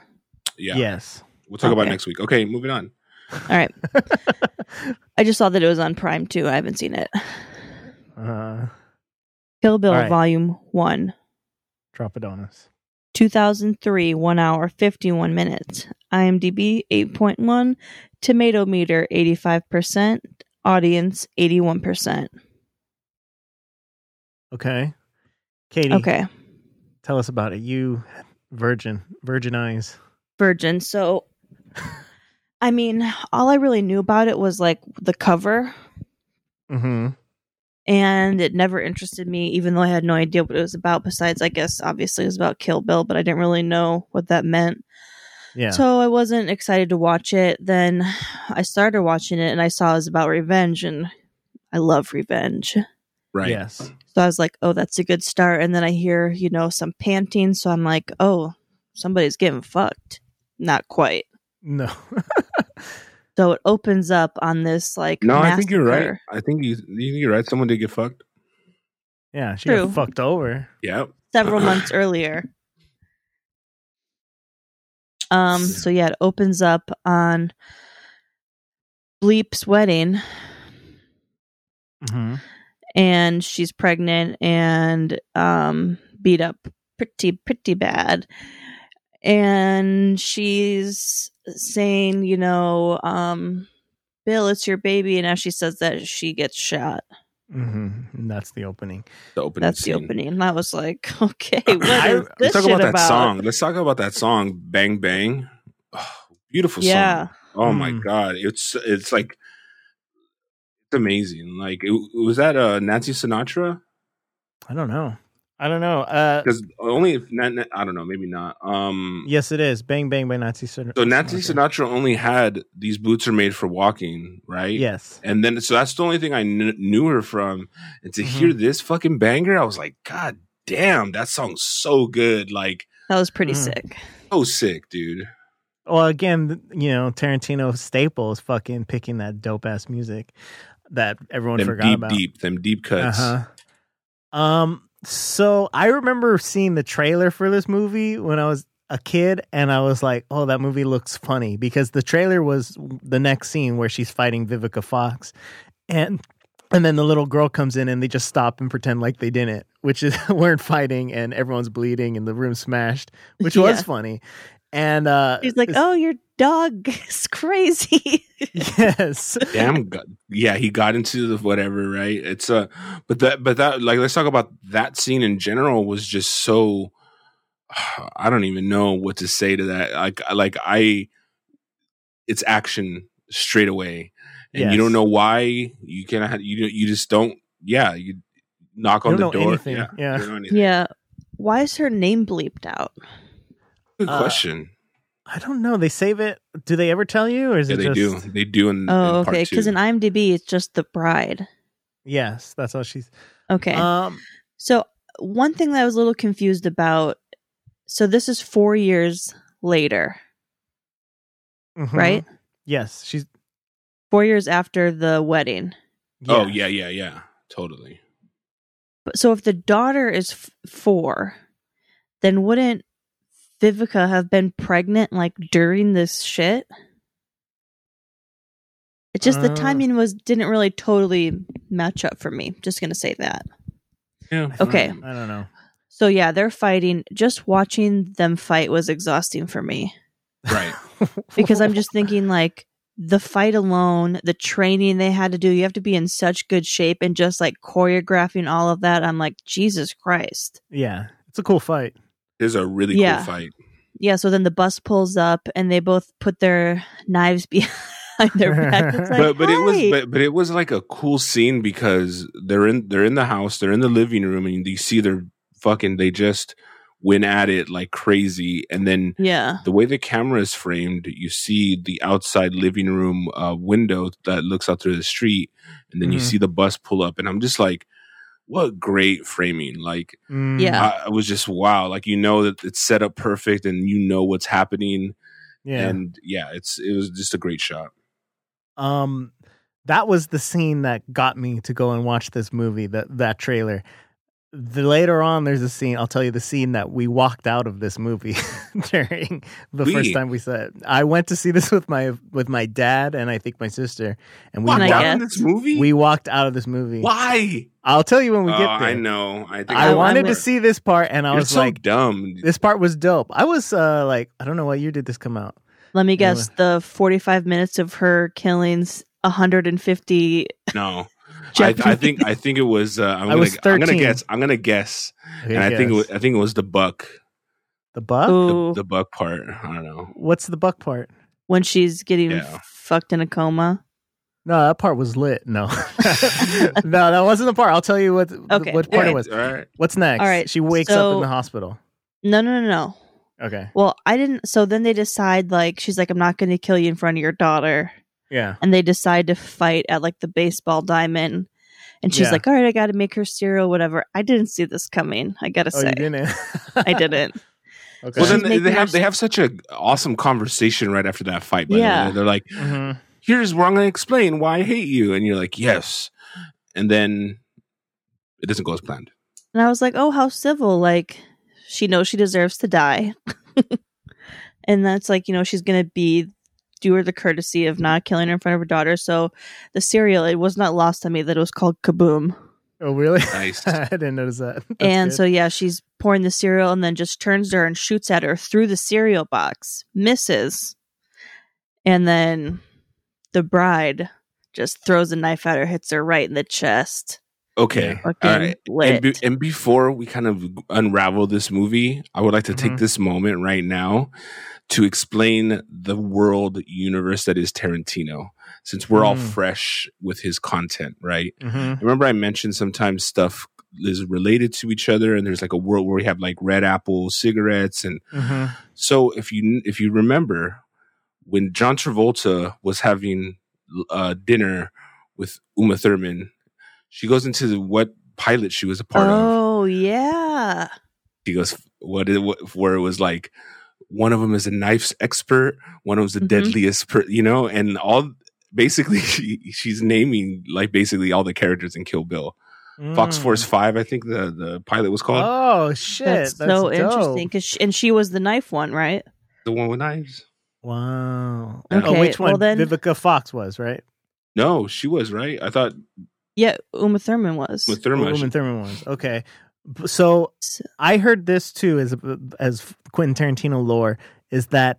Speaker 2: Yeah.
Speaker 3: Yes.
Speaker 2: We'll talk about it
Speaker 1: Okay.
Speaker 2: next week. Okay. Moving on.
Speaker 1: All right. I just saw that it was on Prime too. I haven't seen it.
Speaker 3: uh,
Speaker 1: Kill Bill
Speaker 3: All right.
Speaker 1: Volume 1,
Speaker 3: Tropodonis.
Speaker 1: 2003, 1 hour 51 minutes. IMDb 8.1, Tomato Meter 85%, Audience 81%.
Speaker 3: Okay. Katie.
Speaker 1: Okay.
Speaker 3: Tell us about it. You virgin, virgin eyes.
Speaker 1: Virgin. So, I mean, all I really knew about it was like the cover,
Speaker 3: Mm-hmm.
Speaker 1: and it never interested me, even though I had no idea what it was about. Besides, I guess obviously it was about Kill Bill, but I didn't really know what that meant.
Speaker 3: Yeah.
Speaker 1: So I wasn't excited to watch it. Then I started watching it, and I saw it was about revenge, and I love revenge.
Speaker 2: Right.
Speaker 3: Yes.
Speaker 1: So I was like, oh, that's a good start. And then I hear, you know, some panting. So I'm like, oh, somebody's getting fucked. Not quite.
Speaker 3: No.
Speaker 1: So it opens up on this like.
Speaker 2: No, I think you're right.
Speaker 1: massacre.
Speaker 2: I think you. You think you're right. Someone did get fucked.
Speaker 3: Yeah. She
Speaker 1: True.
Speaker 3: got fucked over.
Speaker 2: Yeah.
Speaker 1: Several months earlier. Um. So yeah, it opens up on Bleep's wedding,
Speaker 3: Mm-hmm.
Speaker 1: and she's pregnant and um beat up pretty pretty bad, and she's saying, you know, um, Bill, it's your baby, and as she says that, she gets shot.
Speaker 3: Mm-hmm. And that's the opening.
Speaker 2: The opening.
Speaker 1: That's the
Speaker 2: scene.
Speaker 1: opening. And I was like, okay, what is
Speaker 2: Let's
Speaker 1: this
Speaker 2: talk
Speaker 1: shit
Speaker 2: about that
Speaker 1: about?
Speaker 2: song. Let's talk about that song, "Bang Bang." Oh, beautiful
Speaker 1: Yeah.
Speaker 2: song. Oh my
Speaker 1: Hmm.
Speaker 3: Mm.
Speaker 2: god, it's it's like it's amazing. Like it, was that uh, Nancy Sinatra?
Speaker 3: I don't know. I don't know. Uh,
Speaker 2: Because only if Na- Na- I don't know, maybe not. Um,
Speaker 3: yes, it is. Bang Bang by Nazi Sinatra.
Speaker 2: so Nancy Sinatra only had these boots are made for walking, right?
Speaker 3: Yes.
Speaker 2: And then so that's the only thing I kn- knew her from. And to
Speaker 3: Mhm.
Speaker 2: hear this fucking banger, I was like, God damn, that song's so good. Like
Speaker 1: That was pretty
Speaker 3: Mm.
Speaker 1: sick.
Speaker 2: so sick, dude.
Speaker 3: Well, again, th- you know, Tarantino staple is fucking picking that dope ass music that everyone
Speaker 2: Them
Speaker 3: forgot
Speaker 2: deep,
Speaker 3: about.
Speaker 2: deep, them deep cuts.
Speaker 3: Uh-huh. Um, so I remember seeing the trailer for this movie when I was a kid, and I was like, "Oh, that movie looks funny," because the trailer was the next scene where she's fighting Vivica Fox, and and then the little girl comes in, and they just stop and pretend like they didn't, which is weren't fighting, and everyone's bleeding, and the room smashed, which was
Speaker 1: Yeah.
Speaker 3: funny. And uh,
Speaker 1: She's like,
Speaker 3: it's-
Speaker 1: oh, your dog is crazy.
Speaker 3: yes,
Speaker 2: damn go- yeah he got into the whatever right it's uh but that but that like let's talk about that scene in general was just so i don't even know what to say to that like like i it's action straight away and you don't
Speaker 3: Yes.
Speaker 2: know why you cannot you don't- you just don't yeah you knock
Speaker 3: You
Speaker 2: on
Speaker 3: don't
Speaker 2: the
Speaker 3: know
Speaker 2: door
Speaker 3: anything, yeah.
Speaker 2: you don't know anything.
Speaker 1: yeah. Why is her name bleeped out?
Speaker 2: good
Speaker 3: Uh,
Speaker 2: question
Speaker 3: I don't know. They save it. Do they ever tell you, or is
Speaker 2: yeah,
Speaker 3: it
Speaker 2: they
Speaker 3: just
Speaker 2: do they do in,
Speaker 1: Oh,
Speaker 2: in part
Speaker 1: okay.
Speaker 2: two.
Speaker 1: Because in IMDb, it's just the bride.
Speaker 3: yes? That's all she's
Speaker 1: Okay.
Speaker 3: um.
Speaker 1: so one thing that I was a little confused about. So this is four years later,
Speaker 3: mhm.
Speaker 1: right?
Speaker 3: Yes, she's.
Speaker 1: Four years after the wedding.
Speaker 2: oh yeah yeah yeah totally
Speaker 1: But- So if the daughter is f- four, then wouldn't Vivica have been pregnant like during this shit? It's just the
Speaker 3: Uh.
Speaker 1: timing was didn't really totally match up for me. Just gonna say that.
Speaker 2: yeah
Speaker 1: Okay.
Speaker 3: I don't know.
Speaker 1: So yeah, they're fighting. Just watching them fight was exhausting for me
Speaker 2: right
Speaker 1: because I'm just thinking like the fight alone, the training they had to do. You have to be in such good shape and just like choreographing all of that. I'm like Jesus Christ.
Speaker 3: Yeah, it's a cool fight.
Speaker 2: there's a really
Speaker 1: Yeah.
Speaker 2: cool fight
Speaker 1: Yeah. So then the bus pulls up and they both put their knives behind their back. It's like,
Speaker 2: but but it was
Speaker 1: "Hi."
Speaker 2: but, but it was like a cool scene because they're in they're in the house they're in the living room and you see they're fucking they just went at it like crazy and then
Speaker 1: yeah.
Speaker 2: the way the camera is framed you see the outside living room uh, window that looks out through the street and then you
Speaker 3: Mhm.
Speaker 2: see the bus pull up and i'm just like what great framing like
Speaker 3: Mm,
Speaker 1: Yeah.
Speaker 2: I, I was just wow like you know that it's set up perfect and you know what's happening
Speaker 3: yeah.
Speaker 2: and yeah it's it was just a great shot
Speaker 3: um, that was the scene that got me to go and watch this movie. That that trailer. the, later on, there's a scene. I'll tell you the scene that we walked out of this movie during the
Speaker 2: We?
Speaker 3: first time we saw it. I went to see this with my with my dad and I think my sister, and we
Speaker 2: Walked
Speaker 3: walked
Speaker 2: out of this movie?
Speaker 3: We walked out of this movie.
Speaker 2: Why?
Speaker 3: I'll tell you when we
Speaker 2: Oh,
Speaker 3: get there.
Speaker 2: I know. I think
Speaker 3: I, wanted to see this part, and I
Speaker 2: You're
Speaker 3: was
Speaker 2: so
Speaker 3: like,
Speaker 2: dumb.
Speaker 3: "This part was dope." I was uh, like, "I don't know what year did this come out."
Speaker 1: Let me guess the 45 minutes of her killings 150
Speaker 2: No. I,
Speaker 1: Jeopardy.
Speaker 2: I think I think it was. Uh, I'm, gonna,
Speaker 3: was
Speaker 2: I'm gonna
Speaker 3: 13.
Speaker 2: guess. I'm gonna guess,
Speaker 3: Okay,
Speaker 2: and I think it
Speaker 3: guess.
Speaker 2: was, I think it was the buck.
Speaker 3: The buck.
Speaker 2: The, the buck part. I don't know.
Speaker 3: What's the buck part?
Speaker 1: when she's getting
Speaker 2: Yeah.
Speaker 1: fucked in a coma.
Speaker 3: No, that part was lit. No, no, that wasn't the part. I'll tell you what
Speaker 1: Okay,
Speaker 3: what
Speaker 1: alright.
Speaker 3: part it was.
Speaker 2: Alright.
Speaker 3: What's next?
Speaker 1: Alright,
Speaker 3: she wakes up
Speaker 1: so-
Speaker 3: in the hospital.
Speaker 1: No, no, no, no.
Speaker 3: Okay,
Speaker 1: Well, I didn't. So then they decide, like, she's like, I'm not going to kill you in front of your daughter.
Speaker 3: yeah,
Speaker 1: And they decide to fight at, like, the baseball diamond. And she's
Speaker 3: Yeah.
Speaker 1: like, all right, I got to make her cereal, whatever. I didn't see this coming. I got to
Speaker 3: Oh,
Speaker 1: say.
Speaker 3: you didn't.
Speaker 1: I didn't.
Speaker 3: Okay.
Speaker 2: Well,
Speaker 1: She's
Speaker 2: then they- they
Speaker 1: making
Speaker 2: have
Speaker 1: her-
Speaker 2: they have such a awesome conversation right after that fight. By yeah,
Speaker 1: Yeah.
Speaker 2: they're like,
Speaker 3: Mhm.
Speaker 2: "Here's where I'm gonna explain why I hate you," and you're like, "Yes," and then it doesn't go as planned.
Speaker 1: And I was like, oh, how civil. Like, she knows she deserves to die. and that's like, you know, she's going to be, do her the courtesy of not killing her in front of her daughter. So the cereal, it was not lost on me that it was called Kaboom.
Speaker 3: Oh, really?
Speaker 2: Nice.
Speaker 3: I didn't notice that. That's
Speaker 1: and
Speaker 3: good.
Speaker 1: so, yeah, she's pouring the cereal and then just turns to her and shoots at her through the cereal box, misses. And then the bride just throws a knife at her, hits her right in the chest.
Speaker 2: Okay,
Speaker 1: Fucking
Speaker 2: all right. And, be- and before we kind of unravel this movie, I would like to take
Speaker 3: Mhm.
Speaker 2: this moment right now to explain the world universe that is Tarantino, since we're all
Speaker 3: Mm.
Speaker 2: fresh with his content, right?
Speaker 3: Mhm.
Speaker 2: Remember, I mentioned sometimes stuff is related to each other, and there's like a world where we have like red apple cigarettes, and
Speaker 3: Mhm.
Speaker 2: so if you if you remember when John Travolta was having uh, dinner with Uma Thurman, she goes into the, what pilot she was a part of
Speaker 1: Oh, yeah.
Speaker 2: she goes what, it, what where it was like one of them is a knives expert one of
Speaker 3: Mm-hmm.
Speaker 2: them's the deadliest per, you know and all basically she, she's naming like basically all the characters in kill bill fox
Speaker 3: Mm.
Speaker 2: force uh, 5 i think the the pilot was called
Speaker 3: Oh shit!
Speaker 1: That's,
Speaker 3: That's,
Speaker 1: so
Speaker 3: dope.
Speaker 1: interesting. Cause she, and she was the knife one, right?
Speaker 2: the one with knives
Speaker 3: Wow.
Speaker 1: Okay,
Speaker 3: oh, which
Speaker 1: well
Speaker 3: one?
Speaker 1: then-
Speaker 3: Vivica Fox was right.
Speaker 2: no she was right i thought
Speaker 1: Yeah, Uma Thurman was.
Speaker 2: with therma
Speaker 3: Uma Thurman ones. Okay. B- So I heard this too as as Quentin Tarantino lore is that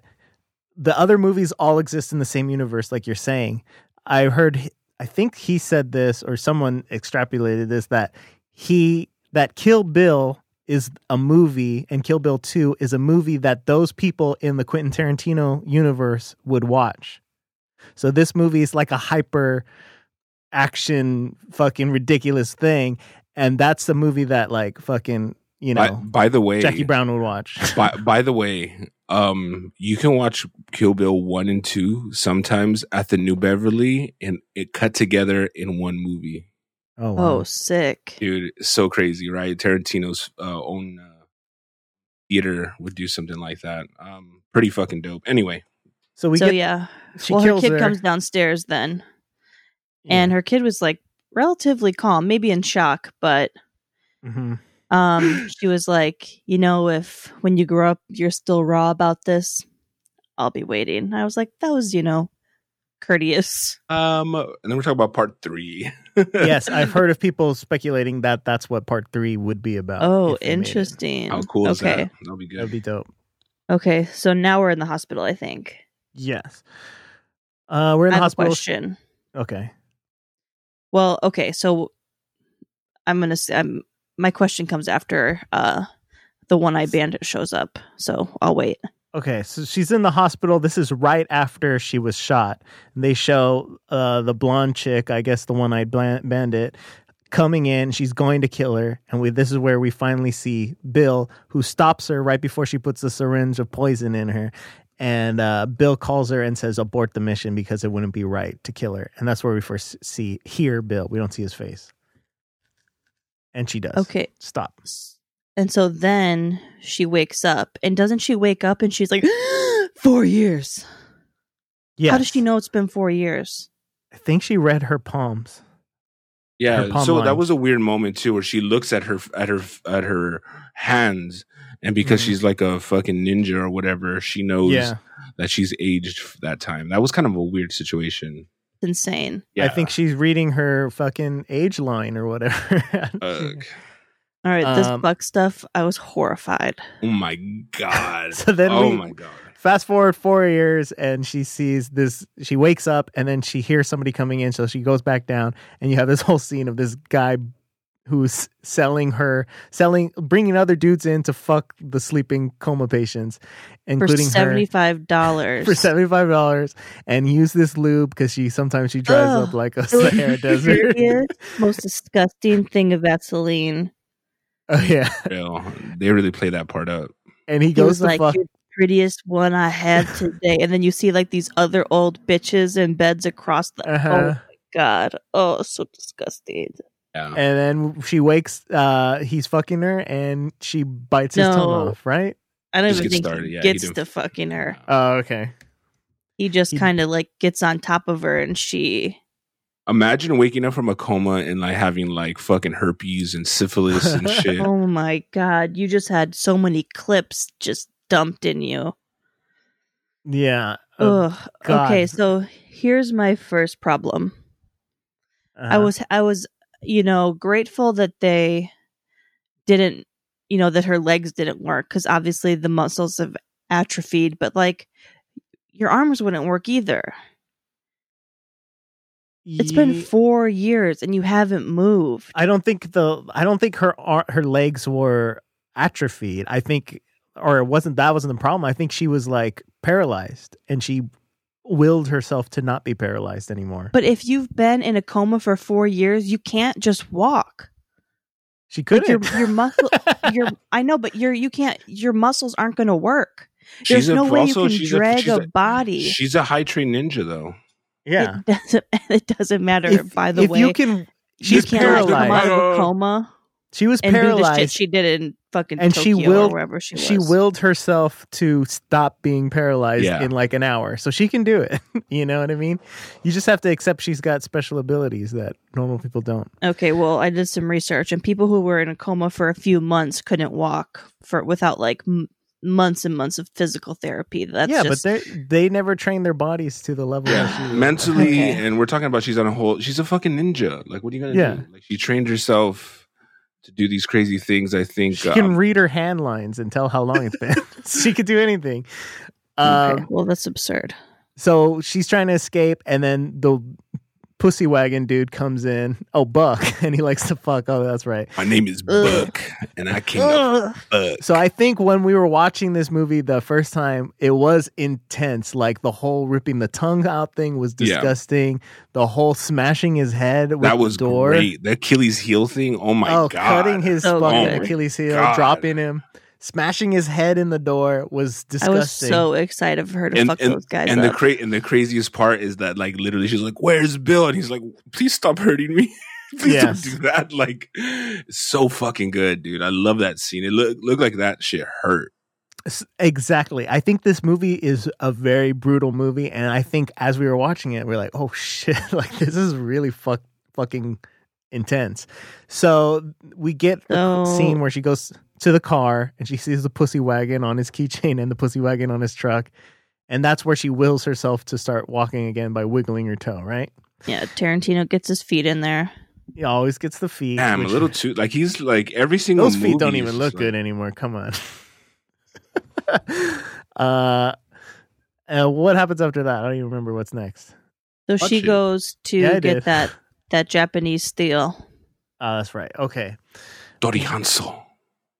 Speaker 3: the other movies all exist in the same universe like you're saying. I heard I think he said this or someone extrapolated this that he that Kill Bill is a movie and Kill Bill 2 is a movie that those people in the Quentin Tarantino universe would watch. So this movie is like a hyper action fucking ridiculous thing and that's the movie that like fucking you know
Speaker 2: by, by the way
Speaker 3: Jackie Brown would watch.
Speaker 2: by, by the way um you can watch kill bill 1 and 2 sometimes at the new beverly and it cut together in one movie
Speaker 3: Oh,
Speaker 1: Oh, sick.
Speaker 2: dude it's so crazy right tarantino's uh, own uh, theater would do something like that um pretty fucking dope anyway
Speaker 3: So we
Speaker 1: so
Speaker 3: get
Speaker 1: yeah.
Speaker 3: she
Speaker 1: well, her
Speaker 3: kills
Speaker 1: kid
Speaker 3: her.
Speaker 1: comes downstairs then, and her kid was like relatively calm, maybe in shock, but
Speaker 3: hmm
Speaker 1: um, she was like, you know, if when you grow up you're still raw about this, I'll be waiting. And I was like, that was you know, courteous.
Speaker 2: um and then we're talking about part three
Speaker 3: yes, I've heard of people speculating that that's what part 3 would be about.
Speaker 1: Oh,
Speaker 3: if they made it.
Speaker 1: interesting.
Speaker 2: how cool is
Speaker 1: okay.
Speaker 2: that that'll be good
Speaker 3: That'd be dope.
Speaker 1: Okay, so now we're in the hospital. I think.
Speaker 3: Yes. Uh we're in
Speaker 1: I
Speaker 3: the
Speaker 1: have a
Speaker 3: hospital.
Speaker 1: question.
Speaker 3: Okay.
Speaker 1: Well, okay, so I'm gonna. s- I'm, my question comes after uh, the one-eye bandit shows up, so I'll wait.
Speaker 3: Okay, so she's in the hospital. This is right after she was shot. They show uh, the blonde chick, I guess the one-eyed blan- bandit, coming in. She's going to kill her, and we, this is where we finally see Bill, who stops her right before she puts the syringe of poison in her. And uh, Bill calls her and says, "Abort the mission because it wouldn't be right to kill her." And that's where we first see hear Bill. We don't see his face, and she does.
Speaker 1: Okay.
Speaker 3: stop.
Speaker 1: And so then she wakes up, and doesn't she wake up and she's like, four years.
Speaker 3: Yeah,
Speaker 1: How does she know it's been four years?
Speaker 3: I think she read her palms. Her
Speaker 2: Yeah,
Speaker 3: palm
Speaker 2: so that
Speaker 3: line.
Speaker 2: was a weird moment too, where she looks at her at her at her hands, and because
Speaker 3: Mhm.
Speaker 2: she's like a fucking ninja or whatever, she knows
Speaker 3: Yeah.
Speaker 2: that she's aged f- that time. That was kind of a weird situation.
Speaker 1: insane.
Speaker 2: Yeah,
Speaker 3: I think she's reading her fucking age line or whatever.
Speaker 2: Ugh.
Speaker 1: All right, this
Speaker 3: Um,
Speaker 1: buck stuff, I was horrified.
Speaker 2: oh my god.
Speaker 3: So then
Speaker 2: oh
Speaker 3: we-
Speaker 2: my god.
Speaker 3: Fast forward four years, and she sees this. She wakes up, and then she hears somebody coming in. So she goes back down, and you have this whole scene of this guy who's selling her, selling, bringing other dudes in to fuck the sleeping coma patients, including
Speaker 1: for
Speaker 3: her.
Speaker 1: seventy five dollars.
Speaker 3: For seventy five dollars, and use this lube because she sometimes she dries up like a Sahara desert.
Speaker 1: most disgusting thing of Vaseline.
Speaker 3: oh yeah,
Speaker 2: Real. They really play that part up.
Speaker 3: and he
Speaker 1: He was
Speaker 3: goes to
Speaker 1: like,
Speaker 3: fuck.
Speaker 1: "You're the prettiest one I had today," and then you see like these other old bitches in beds across the. Oh
Speaker 3: Uh-huh.
Speaker 1: my god! Oh, so disgusting.
Speaker 2: Yeah.
Speaker 3: And then she wakes. uh He's fucking her, and she bites his tongue
Speaker 1: No.
Speaker 3: off. Right?
Speaker 1: I don't
Speaker 2: Just
Speaker 1: even
Speaker 2: get
Speaker 1: think
Speaker 2: started.
Speaker 1: he
Speaker 2: Yeah, he
Speaker 1: gets
Speaker 2: didn't-
Speaker 1: to fucking her.
Speaker 3: Oh, okay.
Speaker 1: He just
Speaker 3: He-
Speaker 1: kind of like gets on top of her, and she.
Speaker 2: Imagine waking up from a coma and like having like fucking herpes and syphilis and shit.
Speaker 1: Oh my god! You just had so many clips just dumped in you.
Speaker 3: Yeah. Uh-huh.
Speaker 1: Ugh.
Speaker 3: Oh, God.
Speaker 1: Okay, so here's my first problem. I
Speaker 3: Uh-huh.
Speaker 1: was I was you know grateful that they didn't you know that her legs didn't work because obviously the muscles have atrophied, but like your arms wouldn't work either. It's been
Speaker 3: Ye-
Speaker 1: four years and you haven't moved.
Speaker 3: I don't think the. I don't think her ar- her legs were atrophied. I think, or it wasn't. That wasn't the problem. I think she was like paralyzed, and she willed herself to not be paralyzed anymore.
Speaker 1: But if you've been in a coma for four years, you can't just walk.
Speaker 3: She
Speaker 1: Like your
Speaker 3: couldn't.
Speaker 1: your muscle, your I know, but your you can't. Your muscles aren't going to work. There's
Speaker 2: She's a-
Speaker 1: no way you
Speaker 2: also,
Speaker 1: can
Speaker 2: she's a-
Speaker 1: drag
Speaker 2: she's
Speaker 1: a,
Speaker 2: a-
Speaker 1: body.
Speaker 2: She's a high trained ninja though.
Speaker 3: yeah.
Speaker 1: It doesn't. It doesn't matter.
Speaker 3: If-
Speaker 1: by the
Speaker 3: if
Speaker 1: way,
Speaker 3: you can,
Speaker 1: you
Speaker 3: she's
Speaker 1: can't like, come out
Speaker 3: paralyzed.
Speaker 1: of a coma
Speaker 3: She was
Speaker 1: and do the shit
Speaker 3: paralyzed.
Speaker 1: she did in fucking
Speaker 3: and she
Speaker 1: Tokyo
Speaker 3: willed
Speaker 1: or wherever she was.
Speaker 3: she willed herself to stop being paralyzed
Speaker 2: Yeah.
Speaker 3: in like an hour so she can do it you know what i mean you just have to accept she's got special abilities that normal people don't
Speaker 1: Okay, well, I did some research, and people who were in a coma for a few months couldn't walk for without like m- months and months of physical therapy. That's
Speaker 3: yeah
Speaker 1: just,
Speaker 3: but they they never train their bodies to the level that she
Speaker 2: mentally
Speaker 1: Okay.
Speaker 2: and we're talking about she's on a whole she's a fucking ninja like what are you gonna
Speaker 3: Yeah.
Speaker 2: do like she trained herself to do these crazy things i think
Speaker 3: she
Speaker 2: um,
Speaker 3: can read her hand lines and tell how long it's been she could do anything um
Speaker 1: okay, well, that's absurd.
Speaker 3: so she's trying to escape and then the pussy wagon dude comes in oh buck and he likes to fuck oh that's right
Speaker 2: my name is
Speaker 1: Ugh.
Speaker 2: buck and i came up buck
Speaker 3: So I think when we were watching this movie the first time, it was intense. Like the whole ripping the tongue out thing was
Speaker 2: Yeah.
Speaker 3: disgusting. The whole smashing his head with
Speaker 2: that was
Speaker 3: the door.
Speaker 2: great the achilles heel thing oh my
Speaker 3: oh,
Speaker 2: god
Speaker 3: cutting his
Speaker 1: So
Speaker 3: fucking
Speaker 1: good.
Speaker 3: Achilles heel,
Speaker 2: God.
Speaker 3: dropping him, smashing his head in the door was disgusting.
Speaker 1: I was so excited for her to
Speaker 2: and
Speaker 1: fuck
Speaker 2: and,
Speaker 1: those guys
Speaker 2: and the
Speaker 1: up.
Speaker 2: cra- and the craziest part is that like literally she's like where's bill and he's like please stop hurting me please
Speaker 3: Yes.
Speaker 2: don't do that like it's so fucking good dude i love that scene it looked looked like that shit hurt
Speaker 3: S- Exactly. I think this movie is a very brutal movie, and I think as we were watching it, we are like, "Oh shit! Like this is really fuck fucking intense." So we get the
Speaker 1: So-
Speaker 3: scene where she goes to the car and she sees the pussy wagon on his keychain and the pussy wagon on his truck, and that's where she wills herself to start walking again by wiggling her toe. Right?
Speaker 1: yeah, Tarantino gets his feet in there.
Speaker 3: He always gets the feet.
Speaker 2: damn a
Speaker 3: which-
Speaker 2: little too like he's like every single
Speaker 3: those feet
Speaker 2: movie
Speaker 3: don't
Speaker 2: is
Speaker 3: even
Speaker 2: just
Speaker 3: look
Speaker 2: like-
Speaker 3: good anymore. Come on. uh, and what happens after that? I don't even remember what's next.
Speaker 1: So
Speaker 2: Fuck
Speaker 1: she
Speaker 2: you.
Speaker 1: goes to
Speaker 3: Yeah, I
Speaker 1: get
Speaker 3: did.
Speaker 1: that that Japanese steel.
Speaker 3: Oh, that's right. Okay,
Speaker 2: Dori Hansel.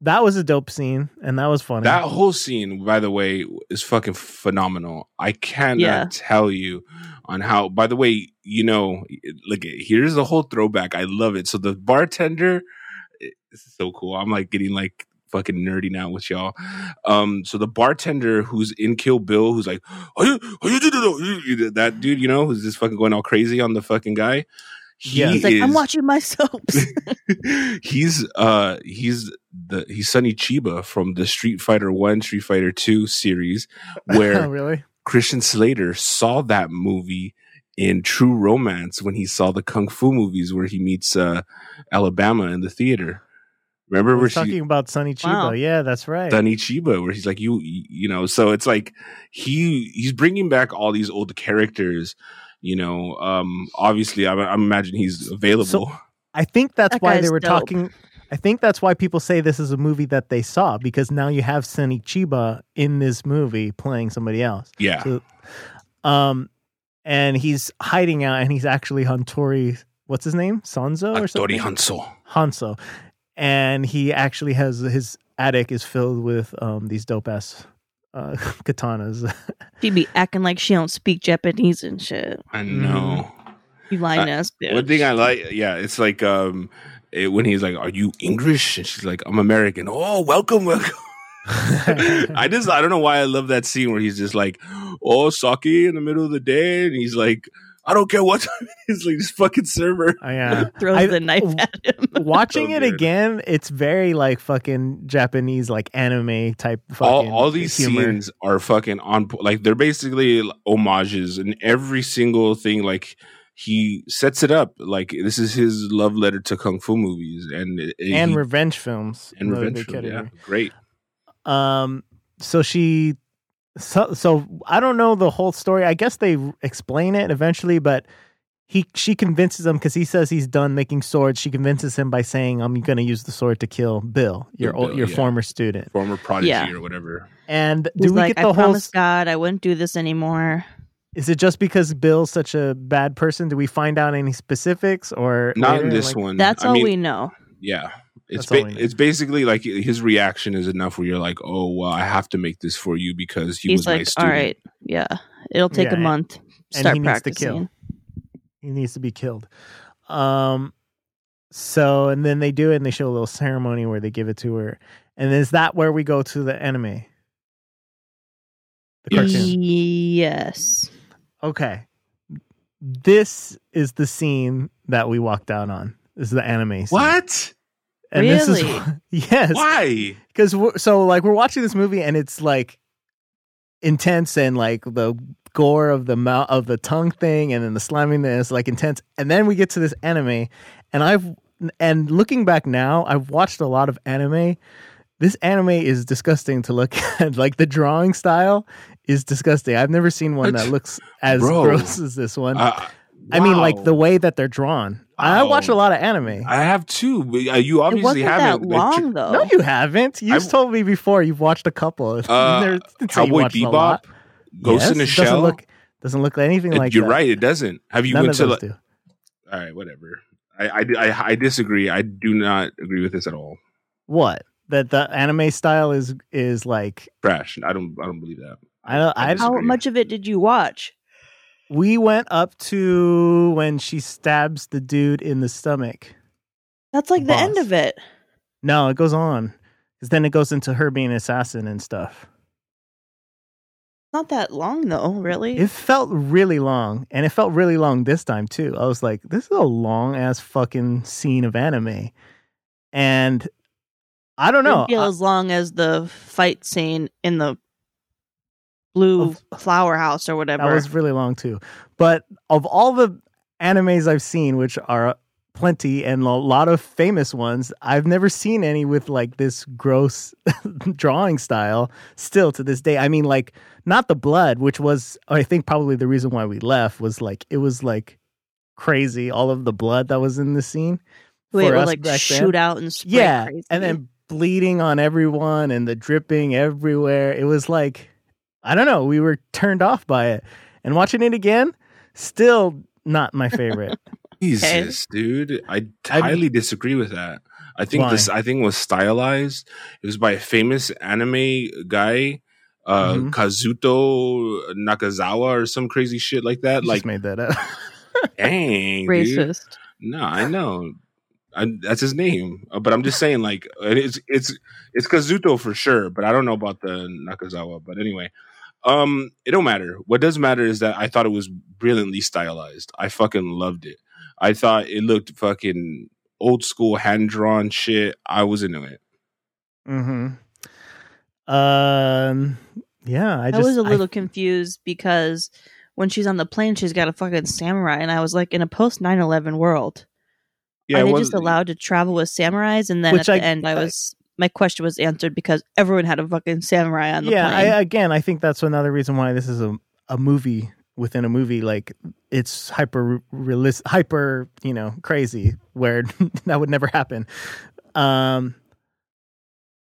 Speaker 3: that was a dope scene, and that was funny.
Speaker 2: That whole scene, by the way, is fucking phenomenal. I cannot
Speaker 1: Yeah.
Speaker 2: tell you on how. By the way, you know, look, here's the whole throwback. I love it. So the bartender, it's so cool. I'm like getting like fucking nerdy now with y'all. Um, so the bartender who's in Kill Bill, who's like, "Are you- are you- you- you- you-" that dude, you know, who's just fucking going all crazy on the fucking guy. He
Speaker 3: Yeah.
Speaker 1: He's like, I'm
Speaker 2: is-
Speaker 1: watching my soaps.
Speaker 2: he's uh he's the he's Sonny Chiba from the Street Fighter One, Street Fighter Two series,
Speaker 3: Oh,
Speaker 2: where
Speaker 3: really?
Speaker 2: Christian Slater saw that movie in True Romance when he saw the kung fu movies where he meets uh, Alabama in the theater. Remember
Speaker 3: We're
Speaker 2: where
Speaker 3: talking
Speaker 2: she
Speaker 3: about Sonny Chiba.
Speaker 2: Wow.
Speaker 3: Yeah, that's right.
Speaker 2: Danny Chiba, where he's like you, you know. So it's like he he's bringing back all these old characters. You know, um, obviously, I, I imagine he's available.
Speaker 3: So I think that's
Speaker 1: That
Speaker 3: why they
Speaker 1: guy's
Speaker 3: were
Speaker 1: dope.
Speaker 3: talking. I think that's why people say this is a movie that they saw because now you have Sonny Chiba in this movie playing somebody else.
Speaker 2: Yeah.
Speaker 3: So, um, and he's hiding out, and he's actually Huntori. What's his name? Sanzo or
Speaker 2: Dori
Speaker 3: something?
Speaker 2: Hanso.
Speaker 3: Hanzo, and he actually has his attic is filled with um these dope ass uh, katanas.
Speaker 1: She be acting like she don't speak Japanese and shit.
Speaker 2: I
Speaker 3: Mm-hmm.
Speaker 2: know.
Speaker 1: You lying
Speaker 2: I-
Speaker 1: ass bitch.
Speaker 2: One thing I like, yeah, it's like um, it, when he's like, "Are you English?" and she's like, "I'm American." Oh, welcome, welcome. I just I don't know why I love that scene where he's just like, "Oh, sake in the middle of the day," and he's like, "I don't care what time." it is," like this fucking server.
Speaker 3: I, uh,
Speaker 1: Throws
Speaker 3: I-
Speaker 1: the knife at him.
Speaker 3: watching
Speaker 2: So
Speaker 3: it
Speaker 2: good.
Speaker 3: again, it's very like fucking Japanese, like anime type. Fucking
Speaker 2: all, all these
Speaker 3: humor.
Speaker 2: scenes are fucking on po- like they're basically homages and every single thing like he sets it up like this is his love letter to kung fu movies and it- it-
Speaker 3: and
Speaker 2: he-
Speaker 3: revenge films.
Speaker 2: and
Speaker 3: another
Speaker 2: revenge
Speaker 3: big
Speaker 2: film, yeah
Speaker 3: category.
Speaker 2: great
Speaker 3: Um, so she, so, so I don't know the whole story. I guess they explain it eventually, but he she convinces him because he says he's done making swords. She convinces him by saying, "I'm going to use the sword to kill Bill, your
Speaker 2: Bill,
Speaker 3: ol- your
Speaker 2: yeah.
Speaker 3: former student."
Speaker 2: former prodigy
Speaker 1: Yeah.
Speaker 2: or whatever
Speaker 3: And do
Speaker 1: He's
Speaker 3: we
Speaker 1: like,
Speaker 3: get the
Speaker 1: I
Speaker 3: whole?
Speaker 1: promise God I wouldn't do this anymore.
Speaker 3: Is it just because Bill's such a bad person? Do we find out any specifics or
Speaker 2: not
Speaker 3: later?
Speaker 2: in this
Speaker 3: Like,
Speaker 2: one
Speaker 1: That's
Speaker 2: Mm, I
Speaker 1: all
Speaker 2: mean,
Speaker 1: we know.
Speaker 2: yeah it's
Speaker 3: That's all
Speaker 2: ba-
Speaker 3: we know.
Speaker 2: it's basically like his reaction is enough where you're like oh well I have to make this for you because he
Speaker 1: He's
Speaker 2: was my
Speaker 1: like, all
Speaker 2: student
Speaker 1: right, yeah, it'll take
Speaker 3: Yeah,
Speaker 1: a month.
Speaker 3: and
Speaker 1: Start
Speaker 3: he needs to
Speaker 1: practicing.
Speaker 3: kill. He needs to be killed. Um, so and then they do it, and they show a little ceremony where they give it to her. And is that where we go to the anime? The cartoon.
Speaker 1: Yes.
Speaker 3: Okay. This is the scene that we walked out on. This is the anime. Scene.
Speaker 2: what
Speaker 3: And this is
Speaker 1: Really?
Speaker 3: yes.
Speaker 2: why
Speaker 3: because so like we're watching this movie and it's like intense and like the gore of the mouth of the tongue thing and then the slamming is like intense and then we get to this anime and i've and looking back now i've watched a lot of anime this anime is disgusting to look at like the drawing style is disgusting i've never seen one that looks as
Speaker 2: Bro.
Speaker 3: gross as this one
Speaker 2: Uh,
Speaker 3: i mean like
Speaker 2: wow.
Speaker 3: the way that they're drawn i
Speaker 2: Wow.
Speaker 3: watch a lot of anime
Speaker 2: I have two but uh, you
Speaker 1: It
Speaker 2: obviously
Speaker 1: wasn't that
Speaker 2: haven't like, tr-
Speaker 1: long though.
Speaker 3: no, you haven't. You've
Speaker 2: I've-
Speaker 3: told me before you've watched a couple.
Speaker 2: Uh,
Speaker 3: There's- it's like you
Speaker 2: Cowboy
Speaker 3: watched a lot.
Speaker 2: Bebop, Ghost
Speaker 3: Yes,
Speaker 2: in a
Speaker 3: it
Speaker 2: Shell.
Speaker 3: Doesn't look, doesn't look anything
Speaker 2: It-
Speaker 3: like
Speaker 2: you're
Speaker 3: that.
Speaker 2: right. It doesn't. Have you
Speaker 3: None
Speaker 2: went
Speaker 3: of
Speaker 2: to?
Speaker 3: those
Speaker 2: Like,
Speaker 3: do.
Speaker 2: all right, whatever. I, I I I disagree. I do not agree with this at all.
Speaker 3: What? That the anime style is is like
Speaker 2: Trash. I don't I don't believe that.
Speaker 3: I don't I,
Speaker 1: How
Speaker 2: disagree.
Speaker 1: much of it did you watch?
Speaker 3: we went up to when she stabs the dude in the stomach.
Speaker 1: That's like the end
Speaker 3: Boss.
Speaker 1: of it.
Speaker 3: No, it goes on. Cuz then it goes into her being an assassin and stuff.
Speaker 1: Not that long though, really.
Speaker 3: It felt really long and it felt really long this time too. I was like, this is a long ass fucking scene of anime. And I don't know.
Speaker 1: Didn't feel
Speaker 3: I-
Speaker 1: as long as the fight scene in the blue flower house or whatever.
Speaker 3: uh, That was really long too. But of all the animes I've seen, which are plenty and a lot of famous ones, I've never seen any with like this gross drawing style still to this day. I mean, like, not the blood, which was, I think, probably the reason why we left was like, it was like crazy, all of the blood that was in the scene.
Speaker 1: Wait,
Speaker 3: for
Speaker 1: it would
Speaker 3: us
Speaker 1: like
Speaker 3: back then.
Speaker 1: shoot out and spray
Speaker 3: Yeah.
Speaker 1: crazy.
Speaker 3: And then bleeding on everyone and the dripping everywhere. It was like, I don't know. We were turned off by it. And watching it again, still not my favorite.
Speaker 2: Jesus, dude. I
Speaker 3: I-
Speaker 2: highly disagree with that. I think
Speaker 3: Why?
Speaker 2: this I think was stylized. It was by a famous anime guy, uh
Speaker 3: Mhm.
Speaker 2: Kazuto Nakazawa or some crazy shit like that.
Speaker 3: You
Speaker 2: like
Speaker 3: just made that up.
Speaker 2: dang, dude.
Speaker 1: racist.
Speaker 2: No, I know. I, that's his name, Uh, but I'm just saying, like it is, it's it's Kazuto for sure, but I don't know about the Nakazawa. But anyway, um, it don't matter. What does matter is that I thought it was brilliantly stylized. I fucking loved it. I thought it looked fucking old school, hand drawn shit. I was into it.
Speaker 3: mm-hmm. Um. Yeah, I
Speaker 1: I,
Speaker 3: just
Speaker 1: was a
Speaker 3: I-
Speaker 1: little confused because when she's on the plane, she's got a fucking samurai. And I was like, in a post 9 11 world,
Speaker 21: Yeah,
Speaker 1: are
Speaker 21: it
Speaker 1: they
Speaker 21: wasn't-
Speaker 1: just allowed to travel with samurais? And then
Speaker 3: Which
Speaker 1: at the
Speaker 3: I-
Speaker 1: end, I was my question was answered because everyone had a fucking samurai on the
Speaker 3: yeah
Speaker 1: plane.
Speaker 3: I, again i think that's another reason why this is a, a movie within a movie like it's hyper realist hyper you know crazy where that would never happen um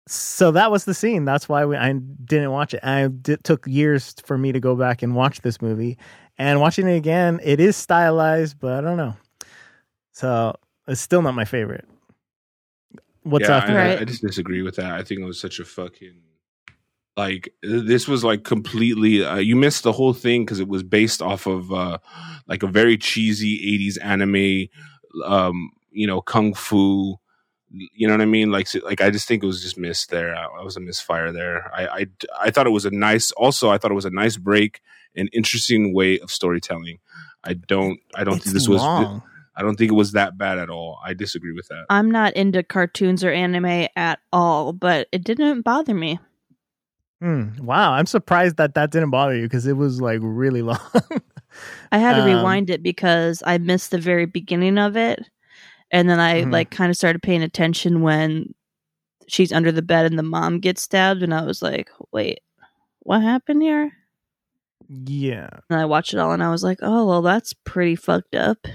Speaker 3: so that was the scene that's why we, i didn't watch it i it took years for me to go back and watch this movie and watching it again it is stylized but i don't know so it's still not my favorite what's
Speaker 2: yeah,
Speaker 3: after
Speaker 2: I,
Speaker 3: that
Speaker 2: I just disagree with that. I think it was such a fucking like th- this was like completely uh, you missed the whole thing because it was based off of uh like a very cheesy 80s anime um you know kung fu you know what i mean like so- like i just think it was just missed there i, I was a misfire there I, I i thought it was a nice also i thought it was a nice break an interesting way of storytelling i don't i don't think this was
Speaker 1: long.
Speaker 2: i don't think it was that bad at all i disagree with that
Speaker 1: I'm not into cartoons or anime at all, but it didn't bother me.
Speaker 3: Hmm, wow, I'm surprised that that didn't bother you because it was like really long.
Speaker 1: I had to
Speaker 3: Um,
Speaker 1: rewind it because I missed the very beginning of it. And then I
Speaker 3: Mhm.
Speaker 1: like kind of started paying attention when she's under the bed and the mom gets stabbed and I was like, "Wait, what happened here?"
Speaker 3: yeah,
Speaker 1: And I watched it all and I was like, "Oh, well that's pretty fucked up."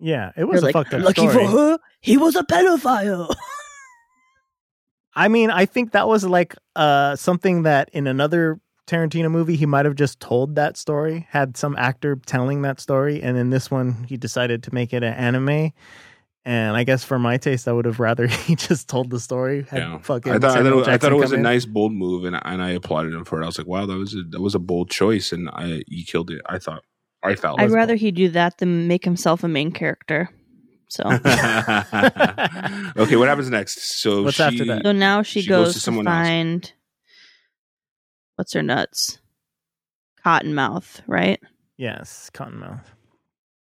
Speaker 3: yeah, it
Speaker 1: You're
Speaker 3: was a
Speaker 1: like,
Speaker 3: fucked up
Speaker 1: "Lucky for
Speaker 3: story.
Speaker 1: her, he was a pedophile.
Speaker 3: I mean, I think that was like uh something that in another Tarantino movie he might have just told that story, had some actor telling that story, and in this one he decided to make it an anime. And I guess for my taste, I would have rather he just told the story. Had
Speaker 2: Yeah.
Speaker 3: fucking
Speaker 2: I thought, I
Speaker 3: Samuel
Speaker 2: thought, it- I
Speaker 3: Jackson
Speaker 2: thought it was
Speaker 3: come
Speaker 2: a
Speaker 3: in.
Speaker 2: nice bold move, and I- and I applauded him for it. I was like, wow, that was a, that was a bold choice, and I you killed it. I thought I felt.
Speaker 1: I'd rather he do that than make himself a main character. So
Speaker 2: okay, what happens next? So
Speaker 3: What's
Speaker 2: she,
Speaker 3: after that?
Speaker 1: So now she,
Speaker 2: She
Speaker 1: goes,
Speaker 2: goes to
Speaker 1: to,
Speaker 2: someone else.
Speaker 1: find what's her nuts? Cottonmouth, right?
Speaker 3: Yes, Cottonmouth.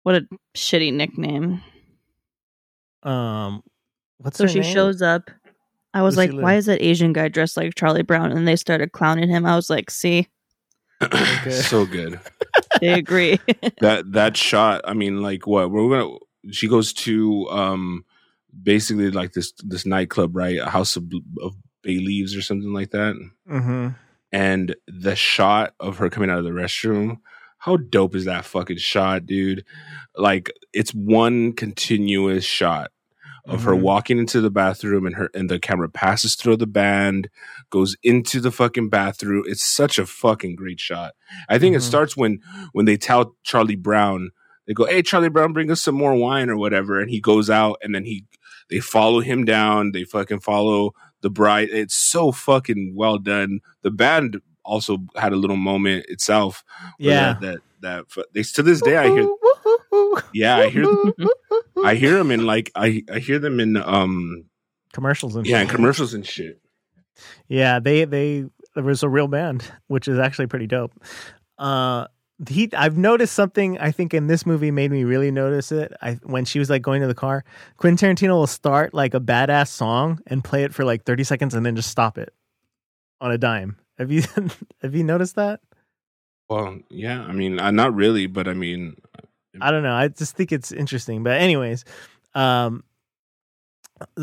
Speaker 1: What a shitty nickname.
Speaker 3: Um, what's
Speaker 1: so
Speaker 3: her
Speaker 1: she
Speaker 3: name?
Speaker 1: shows up. I was
Speaker 3: Lucy
Speaker 1: like,
Speaker 3: Liu.
Speaker 1: why is that Asian guy dressed like Charlie Brown? And they started clowning him. I was like, see,
Speaker 3: Okay.
Speaker 2: so good.
Speaker 1: they agree.
Speaker 2: that that shot. I mean, like what we're gonna. She goes to um basically like this this nightclub, right? A house of, of bay leaves or something like that.
Speaker 3: Mm-hmm.
Speaker 2: and the shot of her coming out of the restroom. How dope is that fucking shot, dude? Like it's one continuous shot of her
Speaker 3: Mhm.
Speaker 2: walking into the bathroom and her and the camera passes through the band, goes into the fucking bathroom. It's such a fucking great shot. I think it
Speaker 3: Mhm.
Speaker 2: starts when when they tell Charlie Brown, they go, "Hey Charlie Brown, bring us some more wine or whatever." And he goes out and then he they follow him down, they fucking follow the bride. It's so fucking well done. The band also had a little moment itself. where
Speaker 3: Yeah.
Speaker 2: that that, that fu- they to this day I hear. Yeah, I hear. I hear them in like I I hear them in um
Speaker 3: commercials and
Speaker 2: yeah in
Speaker 3: shit.
Speaker 2: commercials and shit.
Speaker 3: Yeah, they they there was a real band, which is actually pretty dope. Uh he I've noticed something I think in this movie made me really notice it. I when she was like going to the car, Quentin Tarantino will start like a badass song and play it for like 30 seconds and then just stop it on a dime. Have you have you noticed that?
Speaker 2: Well, yeah, I mean, I, not really, but I mean,
Speaker 3: I don't know. I just think it's interesting. But anyways, um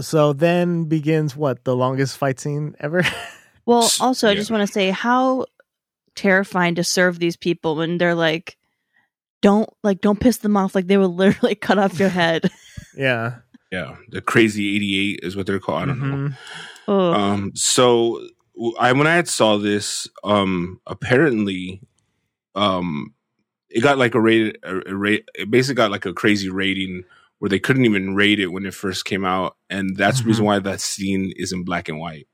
Speaker 3: so then begins what the longest fight scene ever.
Speaker 1: well, also, I just
Speaker 3: Yeah.
Speaker 1: want to say how terrifying to serve these people when they're like, don't like don't piss them off like they will literally cut off your head.
Speaker 3: yeah. Mm-hmm.
Speaker 2: Yeah, the crazy eighty eight is what they're called. I don't know.
Speaker 1: Oh.
Speaker 2: Um, so w- I when I had saw this, um, apparently, um, it got like a rated, a, a rate. It basically got like a crazy rating where they couldn't even rate it when it first came out, and that's the reason
Speaker 3: Mhm.
Speaker 2: why that scene is in black and white.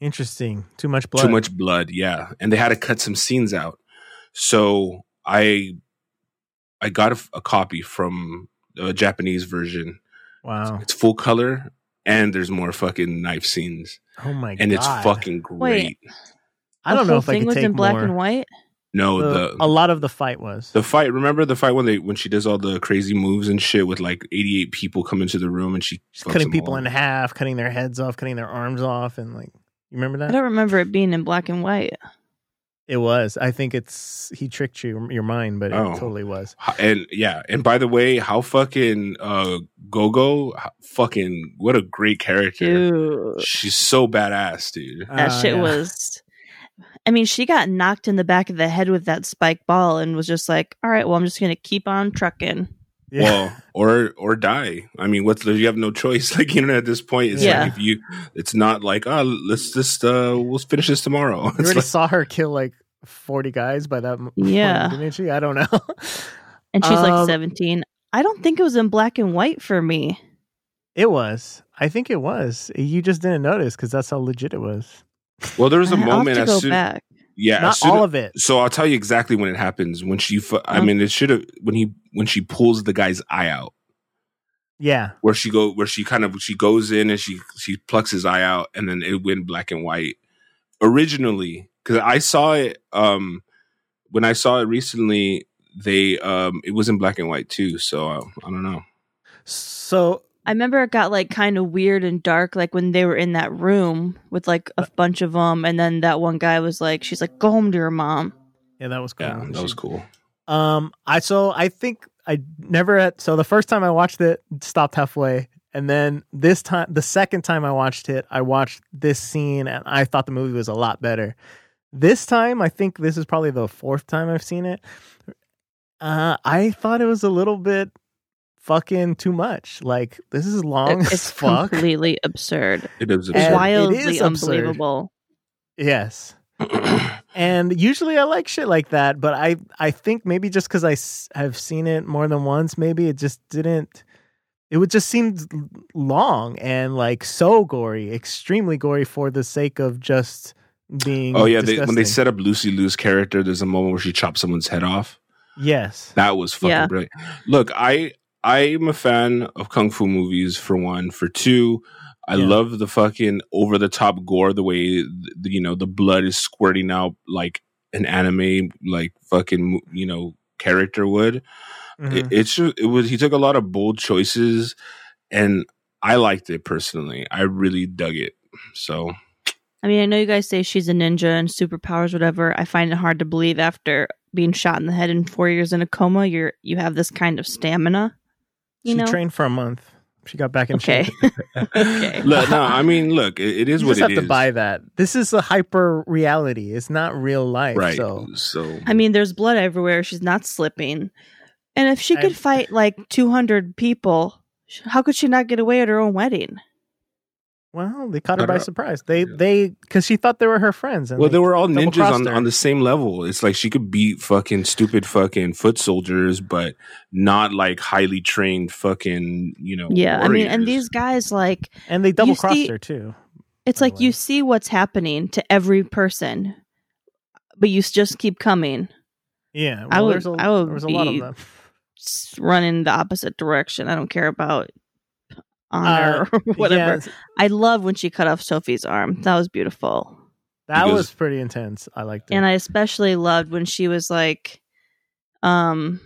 Speaker 3: Interesting. Too much blood.
Speaker 2: Too much blood, yeah. And they had to cut some scenes out. So I, I got a, f- a copy from a Japanese version.
Speaker 3: Wow.
Speaker 2: It's full color, and there's more fucking knife scenes.
Speaker 3: Oh my god.
Speaker 2: and it's fucking great.
Speaker 1: Wait.
Speaker 3: I don't
Speaker 1: The
Speaker 3: know
Speaker 1: whole
Speaker 3: if I
Speaker 1: thing
Speaker 3: could
Speaker 1: was
Speaker 3: take
Speaker 1: in black
Speaker 3: more.
Speaker 1: and white.
Speaker 2: No,
Speaker 3: The-
Speaker 2: Oh, the,
Speaker 3: a lot of the fight was.
Speaker 2: the fight. Remember the fight when they when she does all the crazy moves and shit with like eighty eight people come into the room and she fucks
Speaker 3: cutting
Speaker 2: them
Speaker 3: people
Speaker 2: all.
Speaker 3: in half, cutting their heads off, cutting their arms off, and like you remember
Speaker 1: I
Speaker 3: that?
Speaker 1: don't remember it being in black and white.
Speaker 3: It was. I think it's he tricked you, your mind, but it
Speaker 2: Oh.
Speaker 3: totally was.
Speaker 2: And yeah, and by the way, how fucking uh Gogo how- fucking what a great character. She's so badass, dude.
Speaker 1: That
Speaker 3: Uh,
Speaker 1: shit was. I mean, she got knocked in the back of the head with that spike ball and was just like, all right, well, I'm just going to keep on trucking.
Speaker 2: Well, or or die. I mean, what's you have no choice. Like you know, at this point, it's
Speaker 1: Yeah.
Speaker 2: like if you, it's not like oh, let's just uh, we'll finish this tomorrow.
Speaker 3: You
Speaker 2: It's
Speaker 3: already
Speaker 2: like,
Speaker 3: saw her kill like forty guys by that. m- point,
Speaker 1: Yeah.
Speaker 3: didn't she? I don't know.
Speaker 1: And she's
Speaker 3: Um,
Speaker 1: like 17. I don't think it was in black and white for me.
Speaker 3: It was. I think it was. You just didn't notice because that's how legit it was.
Speaker 2: well, there was a
Speaker 3: I'll have
Speaker 2: moment
Speaker 3: to
Speaker 2: as
Speaker 3: go
Speaker 2: soon,
Speaker 3: back.
Speaker 2: yeah, as
Speaker 3: Not
Speaker 2: soon-
Speaker 3: all of it.
Speaker 2: So I'll tell you exactly when it happens. When she, fu- I mean, it should have when he when she pulls the guy's eye out.
Speaker 3: Yeah.
Speaker 2: where she go where she kind of she goes in and she she plucks his eye out and then it went black and white originally because i saw it um when i saw it recently they um it was in black and white too so uh, i don't know
Speaker 3: So
Speaker 1: I remember it got like kind of weird and dark, like when they were in that room with like a bunch of them. And then that one guy was like, she's like, go home to your mom.
Speaker 3: Yeah, that was cool.
Speaker 2: yeah that was cool
Speaker 3: Um, I so I think I never had so the first time I watched it stopped halfway, and then this time the second time I watched it, I watched this scene and I thought the movie was a lot better. This time, I think this is probably the fourth time I've seen it. Uh, I thought it was a little bit fucking too much. Like this is long
Speaker 1: It-
Speaker 3: as
Speaker 1: it's
Speaker 3: fuck.
Speaker 1: completely absurd.
Speaker 2: It is
Speaker 3: absurd.
Speaker 1: Wildly
Speaker 3: It is absurd.
Speaker 1: unbelievable.
Speaker 3: Yes. and usually I like shit like that, but I I think maybe just cuz I s- have seen it more than once, maybe it just didn't it would just seem l- long and like so gory, extremely gory for the sake of just being
Speaker 2: oh yeah they, when they
Speaker 3: disgusting.
Speaker 2: set up lucy lou's character there's a moment where she chops someone's head off
Speaker 3: Yes.
Speaker 2: That was fucking
Speaker 3: Yeah.
Speaker 2: brilliant. Look, I I'm a fan of kung fu movies for one. For two, I love the fucking over the top gore. The way th- the, you know the blood is squirting out like an anime like fucking you know character would. It,
Speaker 3: Mm-hmm.
Speaker 21: Mhm.
Speaker 2: it's ju- it was he took a lot of bold choices, and I liked it personally. I really dug it. So
Speaker 1: I mean, I know you guys say she's a ninja and superpowers, whatever. I find it hard to believe after being shot in the head and four years in a coma, you're you have this kind of stamina. You
Speaker 3: she
Speaker 1: know,
Speaker 3: trained for a month. She got back in
Speaker 1: Okay.
Speaker 3: shape.
Speaker 1: okay.
Speaker 2: look, no, I mean, look, it, it is
Speaker 3: you
Speaker 2: what
Speaker 3: just
Speaker 2: it
Speaker 3: have to
Speaker 2: is.
Speaker 3: buy that. This is a hyper reality. It's not real life.
Speaker 2: right.
Speaker 3: So
Speaker 2: so
Speaker 1: I mean, there's blood everywhere. She's not slipping, and if she could
Speaker 3: I-
Speaker 1: fight like 200 people, sh- how could she not get away at her own wedding?
Speaker 3: Well, they caught her
Speaker 2: I don't
Speaker 3: by
Speaker 2: know.
Speaker 3: surprise. They they because she thought they were her friends. And
Speaker 2: Well, they were all ninjas
Speaker 3: double-crossed
Speaker 2: on,
Speaker 3: her.
Speaker 2: on the same level. It's like she could beat fucking stupid fucking foot soldiers, but not like highly trained fucking, you know.
Speaker 1: Yeah, I mean,
Speaker 2: warriors.
Speaker 1: and these guys like
Speaker 3: and they
Speaker 1: you
Speaker 3: double crossed
Speaker 1: see-
Speaker 3: her too.
Speaker 1: It's like you see what's happening to every person, but you s- just keep coming.
Speaker 3: Yeah,
Speaker 1: I
Speaker 3: well,
Speaker 1: would-
Speaker 3: there's a,
Speaker 1: I would
Speaker 3: there was a lot of
Speaker 1: be
Speaker 3: them.
Speaker 1: s- running the opposite direction. I don't care about honor
Speaker 3: Uh,
Speaker 1: or whatever.
Speaker 3: yes.
Speaker 1: I love when she cut off Sophie's arm. That was beautiful.
Speaker 3: That
Speaker 1: Because-
Speaker 3: was pretty intense. I liked it.
Speaker 1: And I especially loved when she was like, um,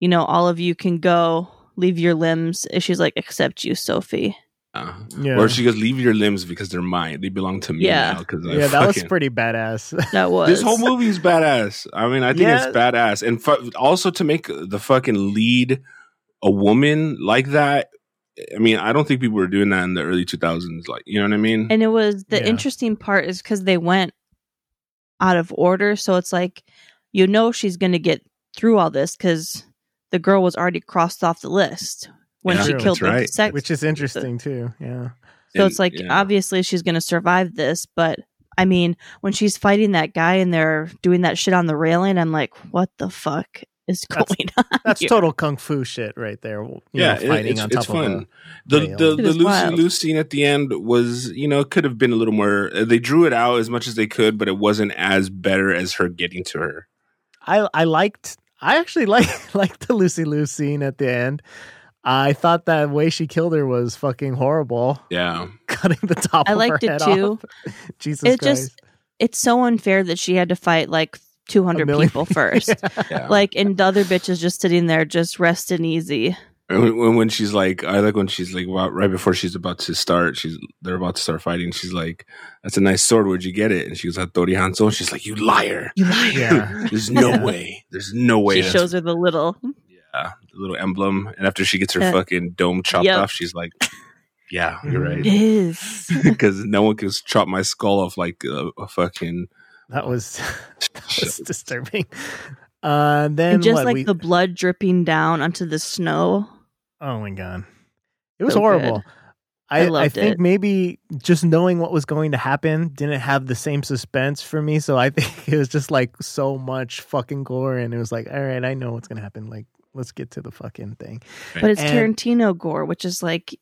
Speaker 1: you know, all of you can go, leave your limbs. And she's like, except you, Sophie.
Speaker 3: Yeah.
Speaker 2: Uh-huh. Or she goes, leave your limbs because they're mine. They belong to me
Speaker 1: Yeah.
Speaker 2: now. Cause I
Speaker 3: yeah, that was
Speaker 2: fucking-
Speaker 3: pretty badass.
Speaker 1: That
Speaker 2: This whole movie is badass. I mean, I think
Speaker 3: Yeah.
Speaker 2: it's badass. And fu- also to make the fucking lead a woman like that. I mean, I don't think people were doing that in the early 2000s. Like, you know what I mean?
Speaker 1: And it was the
Speaker 2: Yeah.
Speaker 1: interesting part is because they went out of order. So it's like, you know, she's going to get through all this because the girl was already crossed off the list when she killed the sec-
Speaker 3: which is interesting too. Yeah,
Speaker 1: So it's like obviously she's going to survive this, but I mean, when she's fighting that guy and they're doing that shit on the railing, I'm like, what the fuck is going on?
Speaker 3: that's
Speaker 1: here?
Speaker 3: total kung fu shit right there. you know,
Speaker 2: it-
Speaker 3: fighting
Speaker 2: it's,
Speaker 3: on top
Speaker 2: it's
Speaker 3: of
Speaker 2: fun.
Speaker 3: a
Speaker 2: the
Speaker 3: rail.
Speaker 2: the,
Speaker 3: It
Speaker 2: the
Speaker 3: is
Speaker 2: Lucy
Speaker 3: wild.
Speaker 2: Lou scene at the end was you know could have been a little more. uh, They drew it out as much as they could, but it wasn't as better as her getting to her.
Speaker 3: I I liked I actually like liked the Lucy Lou scene at the end. I thought that way she killed her was fucking horrible.
Speaker 2: Yeah,
Speaker 3: Cutting the top.
Speaker 1: I
Speaker 3: of her
Speaker 1: liked it
Speaker 3: head
Speaker 1: too.
Speaker 3: off. Jesus
Speaker 1: it
Speaker 3: Christ.
Speaker 1: just it's so unfair that she had to fight like 200
Speaker 3: million
Speaker 1: people first. Like, and the other bitch is just sitting there, just resting easy.
Speaker 2: And when, when she's like, I like when she's like, wow, right before she's about to start, she's they're about to start fighting. She's like, "That's a nice sword. Where'd you get it?" And she goes, "At Dori Hanzo." And she's like, "You liar!
Speaker 1: You liar!
Speaker 2: There's no way. There's no way."
Speaker 1: She
Speaker 2: that's-
Speaker 1: shows her the little.
Speaker 2: yeah, the little emblem. And after she gets her
Speaker 1: Yeah.
Speaker 2: fucking dome chopped
Speaker 1: Yep.
Speaker 2: off, she's like, "Yeah, you're
Speaker 1: It
Speaker 2: right."
Speaker 1: is.
Speaker 2: Because no one can chop my skull off like a, a fucking.
Speaker 3: That was that was disturbing. Uh, then
Speaker 1: And just
Speaker 3: what,
Speaker 1: like
Speaker 3: we,
Speaker 1: the blood dripping down onto the snow.
Speaker 3: oh my god, it was
Speaker 1: So
Speaker 3: horrible.
Speaker 1: good. I
Speaker 3: I, I
Speaker 1: loved
Speaker 3: think
Speaker 1: it.
Speaker 3: maybe just knowing what was going to happen didn't have the same suspense for me. So I think it was just like so much fucking gore, and it was like, all right, I know what's gonna happen. Like, let's get to the fucking thing.
Speaker 1: But it's
Speaker 3: And-
Speaker 1: Tarantino gore, which is like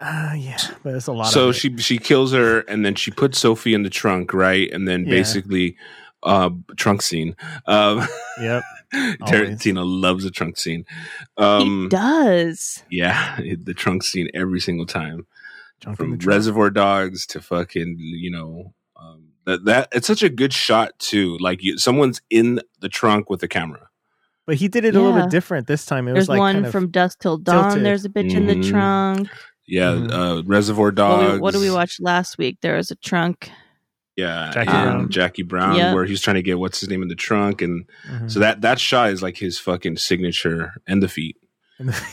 Speaker 3: uh, yeah, but it's a lot.
Speaker 2: So
Speaker 3: of it.
Speaker 2: she she kills her, and then she puts Sophie in the trunk, right? And then
Speaker 3: Yeah.
Speaker 2: basically, uh, trunk scene. Um,
Speaker 3: Yep.
Speaker 2: Tarantino loves the trunk scene.
Speaker 1: he
Speaker 2: Um,
Speaker 1: does.
Speaker 2: yeah, the trunk scene every single time,
Speaker 3: Junk in
Speaker 2: from
Speaker 3: the trunk.
Speaker 2: Reservoir Dogs to fucking you know um, that that it's such a good shot too. Like you, someone's in the trunk with a camera.
Speaker 3: But he did it a little
Speaker 1: Yeah.
Speaker 3: bit different this time. It was
Speaker 1: There's
Speaker 3: like
Speaker 1: one
Speaker 3: kind of-
Speaker 1: from Dusk Till Dawn.
Speaker 3: tilted.
Speaker 1: There's a bitch in the
Speaker 2: Mhm.
Speaker 1: trunk.
Speaker 2: Yeah,
Speaker 3: Mm-hmm.
Speaker 2: uh, Reservoir
Speaker 1: What
Speaker 2: Dogs.
Speaker 1: we- what do we watch last week? There was a trunk.
Speaker 2: Yeah,
Speaker 3: Jackie
Speaker 2: and
Speaker 3: Brown.
Speaker 2: Jackie Brown,
Speaker 1: Yep.
Speaker 2: where he's trying to get what's his name in the trunk, and
Speaker 3: Mhm.
Speaker 2: so that that shot is like his fucking signature and the feet.
Speaker 3: Mm-hmm.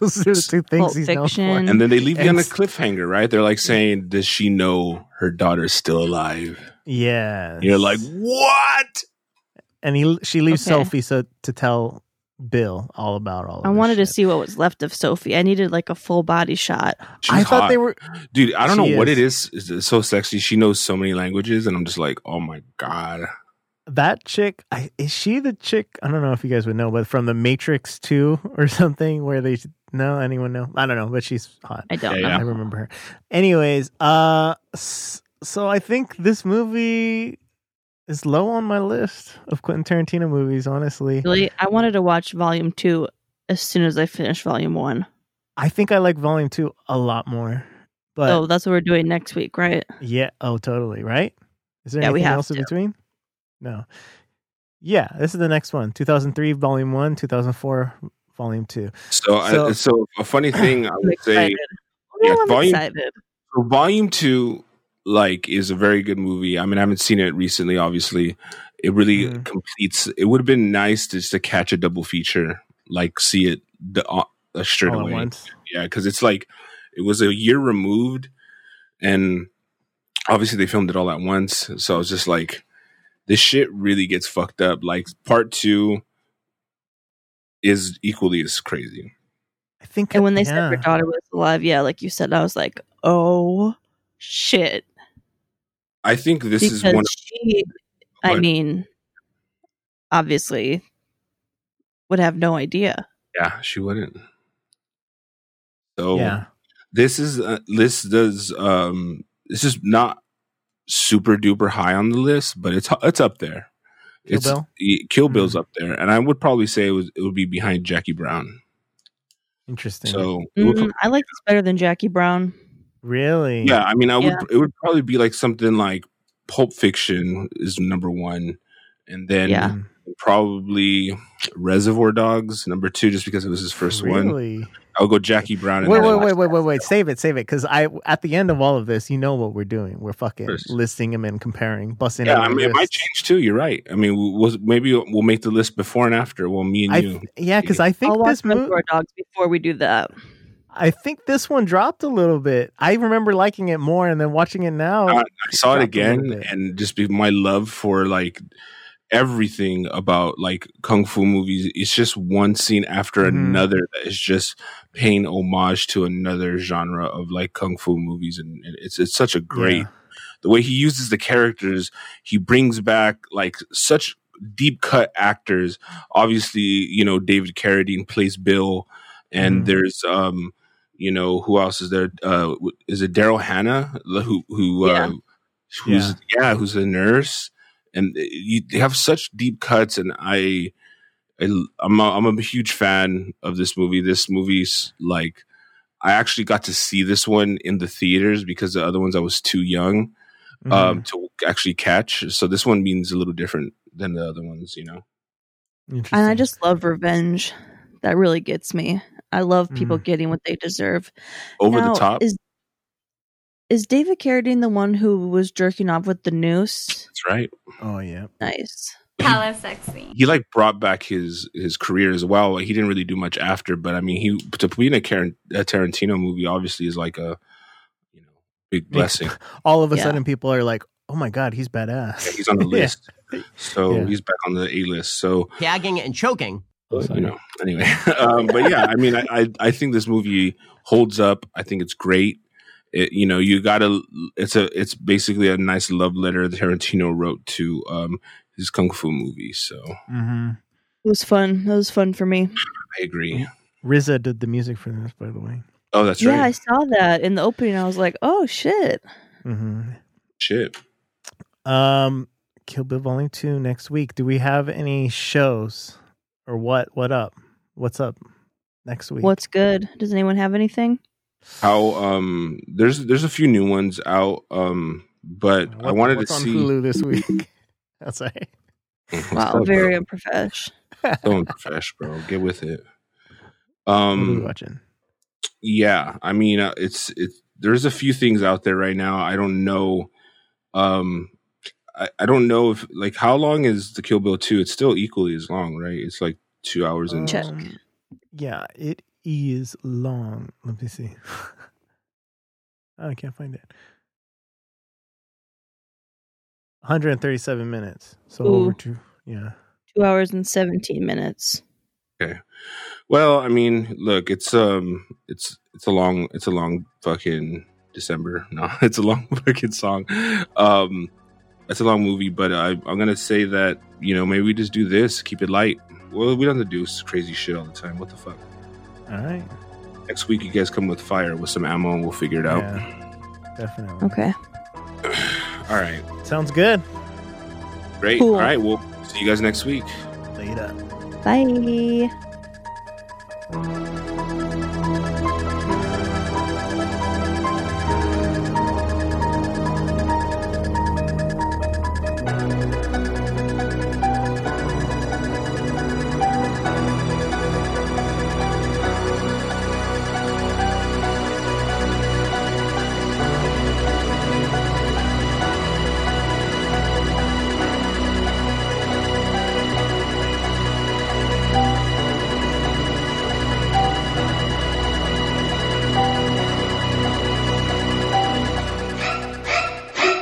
Speaker 3: those are the two things
Speaker 1: Pulp
Speaker 3: he's known for.
Speaker 1: Fiction.
Speaker 2: And then they leave you on a
Speaker 3: And-
Speaker 2: cliffhanger, right? They're like saying, "Does she know her daughter's still alive?"
Speaker 3: Yeah,
Speaker 2: You're like, "What?"
Speaker 3: and he she leaves
Speaker 1: Okay.
Speaker 3: Sophie so to tell Bill all about all. Of
Speaker 1: I
Speaker 3: this
Speaker 1: wanted to
Speaker 3: shit.
Speaker 1: see what was left of Sophie. I needed like a full body shot.
Speaker 2: She's
Speaker 3: I thought
Speaker 2: hot.
Speaker 3: they were.
Speaker 2: dude. I don't
Speaker 3: She
Speaker 2: know what it is. It's so sexy. She knows so many languages, and I'm just like, "Oh my god!"
Speaker 3: that chick I, is she the chick i don't know if you guys would know but from the matrix 2 or something where they no anyone know i don't know but she's hot
Speaker 1: I don't
Speaker 2: Yeah,
Speaker 1: know.
Speaker 2: yeah.
Speaker 3: i remember her anyways uh s- so i think this movie is low on my list of quentin tarantino movies honestly
Speaker 1: Really, I wanted to watch Volume Two as soon as I finished Volume One.
Speaker 3: i think i like volume 2 a lot more but
Speaker 1: oh, that's what we're doing next week, right?
Speaker 3: yeah oh totally right is there
Speaker 1: Yeah, we
Speaker 3: anything
Speaker 1: have
Speaker 3: else in
Speaker 1: to.
Speaker 3: between no yeah this is the next one 2003 volume 1 2004 volume 2
Speaker 2: So, so, I,
Speaker 3: So-
Speaker 2: so a funny thing I
Speaker 1: I'm
Speaker 2: would say,
Speaker 1: excited.
Speaker 2: yeah,
Speaker 1: Oh, I'm
Speaker 2: volume-
Speaker 1: excited.
Speaker 2: so Volume Two, like, is a very good movie. I mean, I haven't seen it recently. Obviously, it really
Speaker 3: Mhm.
Speaker 2: completes. It would have been nice just to catch a double feature, like see it the, uh, straight
Speaker 3: all at
Speaker 2: away.
Speaker 3: once
Speaker 2: yeah because it's like it was a year removed and obviously they filmed it all at once so i was just like this shit really gets fucked up like part two is equally as crazy
Speaker 3: I think.
Speaker 1: And when they said
Speaker 3: yeah.
Speaker 1: her daughter was alive, yeah, like you said, I was like, oh shit,
Speaker 2: i think this
Speaker 1: because
Speaker 2: is one of
Speaker 1: she, I
Speaker 2: What?
Speaker 1: mean, obviously, would have no idea.
Speaker 2: yeah she wouldn't so
Speaker 3: yeah,
Speaker 2: this is uh, this does um this is not super duper high on the list but it's it's up there
Speaker 3: Kill
Speaker 2: it's
Speaker 3: Bill? Mm.
Speaker 2: y- kill bill's up there and i would probably say it was it would be behind jackie brown
Speaker 3: interesting.
Speaker 2: so it would
Speaker 1: Mm, I like this better than Jackie Brown.
Speaker 3: really,
Speaker 2: Yeah, I mean, I would.
Speaker 1: Yeah.
Speaker 2: It would probably be like something like Pulp Fiction is number one, and then
Speaker 1: Yeah.
Speaker 2: probably Reservoir Dogs number two, just because it was his first one.
Speaker 3: really.
Speaker 2: I'll go Jackie Brown.
Speaker 3: Wait,
Speaker 2: then
Speaker 3: wait,
Speaker 2: watch
Speaker 3: wait, wait, wait, wait! Save it, save it, because I at the end of all of this, you know what we're doing. We're fucking
Speaker 2: First.
Speaker 3: listing them and comparing, busting.
Speaker 2: Yeah,
Speaker 3: out
Speaker 2: I
Speaker 3: our
Speaker 2: mean, it might
Speaker 3: lists.
Speaker 2: change too. You're right. I mean, we'll, we'll- maybe we'll make the list before and after. Well, me and
Speaker 3: I
Speaker 2: you.
Speaker 3: th- yeah, because I
Speaker 1: I'll
Speaker 3: think
Speaker 1: watch
Speaker 3: this movie.
Speaker 1: Reservoir Dogs before we do that.
Speaker 3: I think this one dropped a little bit. I remember liking it more, and then watching it now.
Speaker 2: I, I saw it
Speaker 3: dropped a little
Speaker 2: again,
Speaker 3: bit.
Speaker 2: and just be my love for like everything about like kung fu movies. It's just one scene after
Speaker 3: Mhm.
Speaker 2: another that is just paying homage to another genre of like kung fu movies, and and it's it's such a great
Speaker 3: Yeah.
Speaker 2: the way he uses the characters. He brings back like such deep cut actors. Obviously, you know David Carradine plays Bill, and
Speaker 3: Mhm.
Speaker 2: there's um. You know who else is there? Uh, w- is it Daryl Hannah who who uh,
Speaker 1: Yeah.
Speaker 2: who's yeah who's a nurse? and uh, you they have such deep cuts and i, I i'm a, i'm a huge fan of this movie this movie's like i actually got to see this one in the theaters because the other ones i was too young
Speaker 3: Mhm.
Speaker 2: um to actually catch so this one means a little different than the other ones you know
Speaker 1: And I
Speaker 3: Interesting.
Speaker 1: just love revenge. That really gets me. I
Speaker 3: Hmm.
Speaker 1: love people getting what they deserve.
Speaker 2: Over the
Speaker 1: Now,
Speaker 2: top?
Speaker 1: is is David Carradine the one who was jerking off with the noose?
Speaker 2: That's right.
Speaker 3: Oh yeah.
Speaker 1: Nice.
Speaker 17: Hella sexy.
Speaker 2: He like brought back his his career as well. Like, he didn't really do much after, but I mean, he to be in a, Karen, a Tarantino movie obviously is like a you know big blessing.
Speaker 3: All of a
Speaker 2: Yeah.
Speaker 3: sudden, people are like, "Oh my god, he's badass."
Speaker 2: Yeah, he's on the
Speaker 3: Yeah.
Speaker 2: list. So
Speaker 3: Yeah.
Speaker 2: he's back on the A list. So
Speaker 21: Gagging and choking.
Speaker 5: Oh,
Speaker 2: you know, anyway, um, but yeah, I mean, I, I I think this movie holds up. I think it's great. It, you know, you gotta. It's a. It's basically a nice love letter that Tarantino wrote to um, his kung fu movie. So
Speaker 3: Mm-hmm.
Speaker 1: It was fun. It was fun for me.
Speaker 2: I agree.
Speaker 3: RZA did the music for this, by the way.
Speaker 2: Oh, that's
Speaker 1: yeah, I
Speaker 2: right.
Speaker 1: saw that in the opening. I was like, oh shit.
Speaker 3: Mm-hmm.
Speaker 2: Shit.
Speaker 3: Um, Kill Bill Volume Two next week. Do we have any shows or what? What up? What's up next week?
Speaker 1: What's good? Does anyone have anything?
Speaker 2: How um, there's there's a few new ones out. Um, but I
Speaker 3: What-
Speaker 2: wanted to
Speaker 3: what's on
Speaker 2: see.
Speaker 3: Hulu this week. That's right.
Speaker 1: Wow, very unprofesh.
Speaker 2: Don't fresh, bro. Get with it.
Speaker 3: What are
Speaker 2: Um,
Speaker 3: we watching?
Speaker 2: yeah i mean uh, it's it's there's a few things out there right now i don't know um I, I don't know if like how long is the kill bill 2 it's still equally as long right it's like two hours and
Speaker 1: Check.
Speaker 3: Yeah, it is long. Let me see. oh, I can't find it. 137 minutes. So
Speaker 1: Ooh.
Speaker 3: over two. Yeah.
Speaker 1: Two hours and seventeen minutes.
Speaker 2: okay well i mean look it's um it's it's a long it's a long fucking december no it's a long fucking song um it's a long movie but I, i'm gonna say that you know maybe we just do this keep it light well we don't have to do crazy shit all the time what the fuck
Speaker 3: All right.
Speaker 2: next week you guys come with fire with some ammo and we'll figure it out
Speaker 3: Yeah. Definitely.
Speaker 1: Okay.
Speaker 2: all right
Speaker 3: Sounds good.
Speaker 2: Great.
Speaker 3: Cool.
Speaker 2: All right. Well, see you guys next week.
Speaker 3: Later.
Speaker 1: Bye.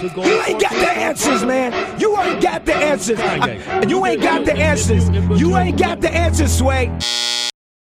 Speaker 22: You ain't got the answers, man. You ain't got the answers. I- you ain't got the answers. You ain't got the answers, Sway.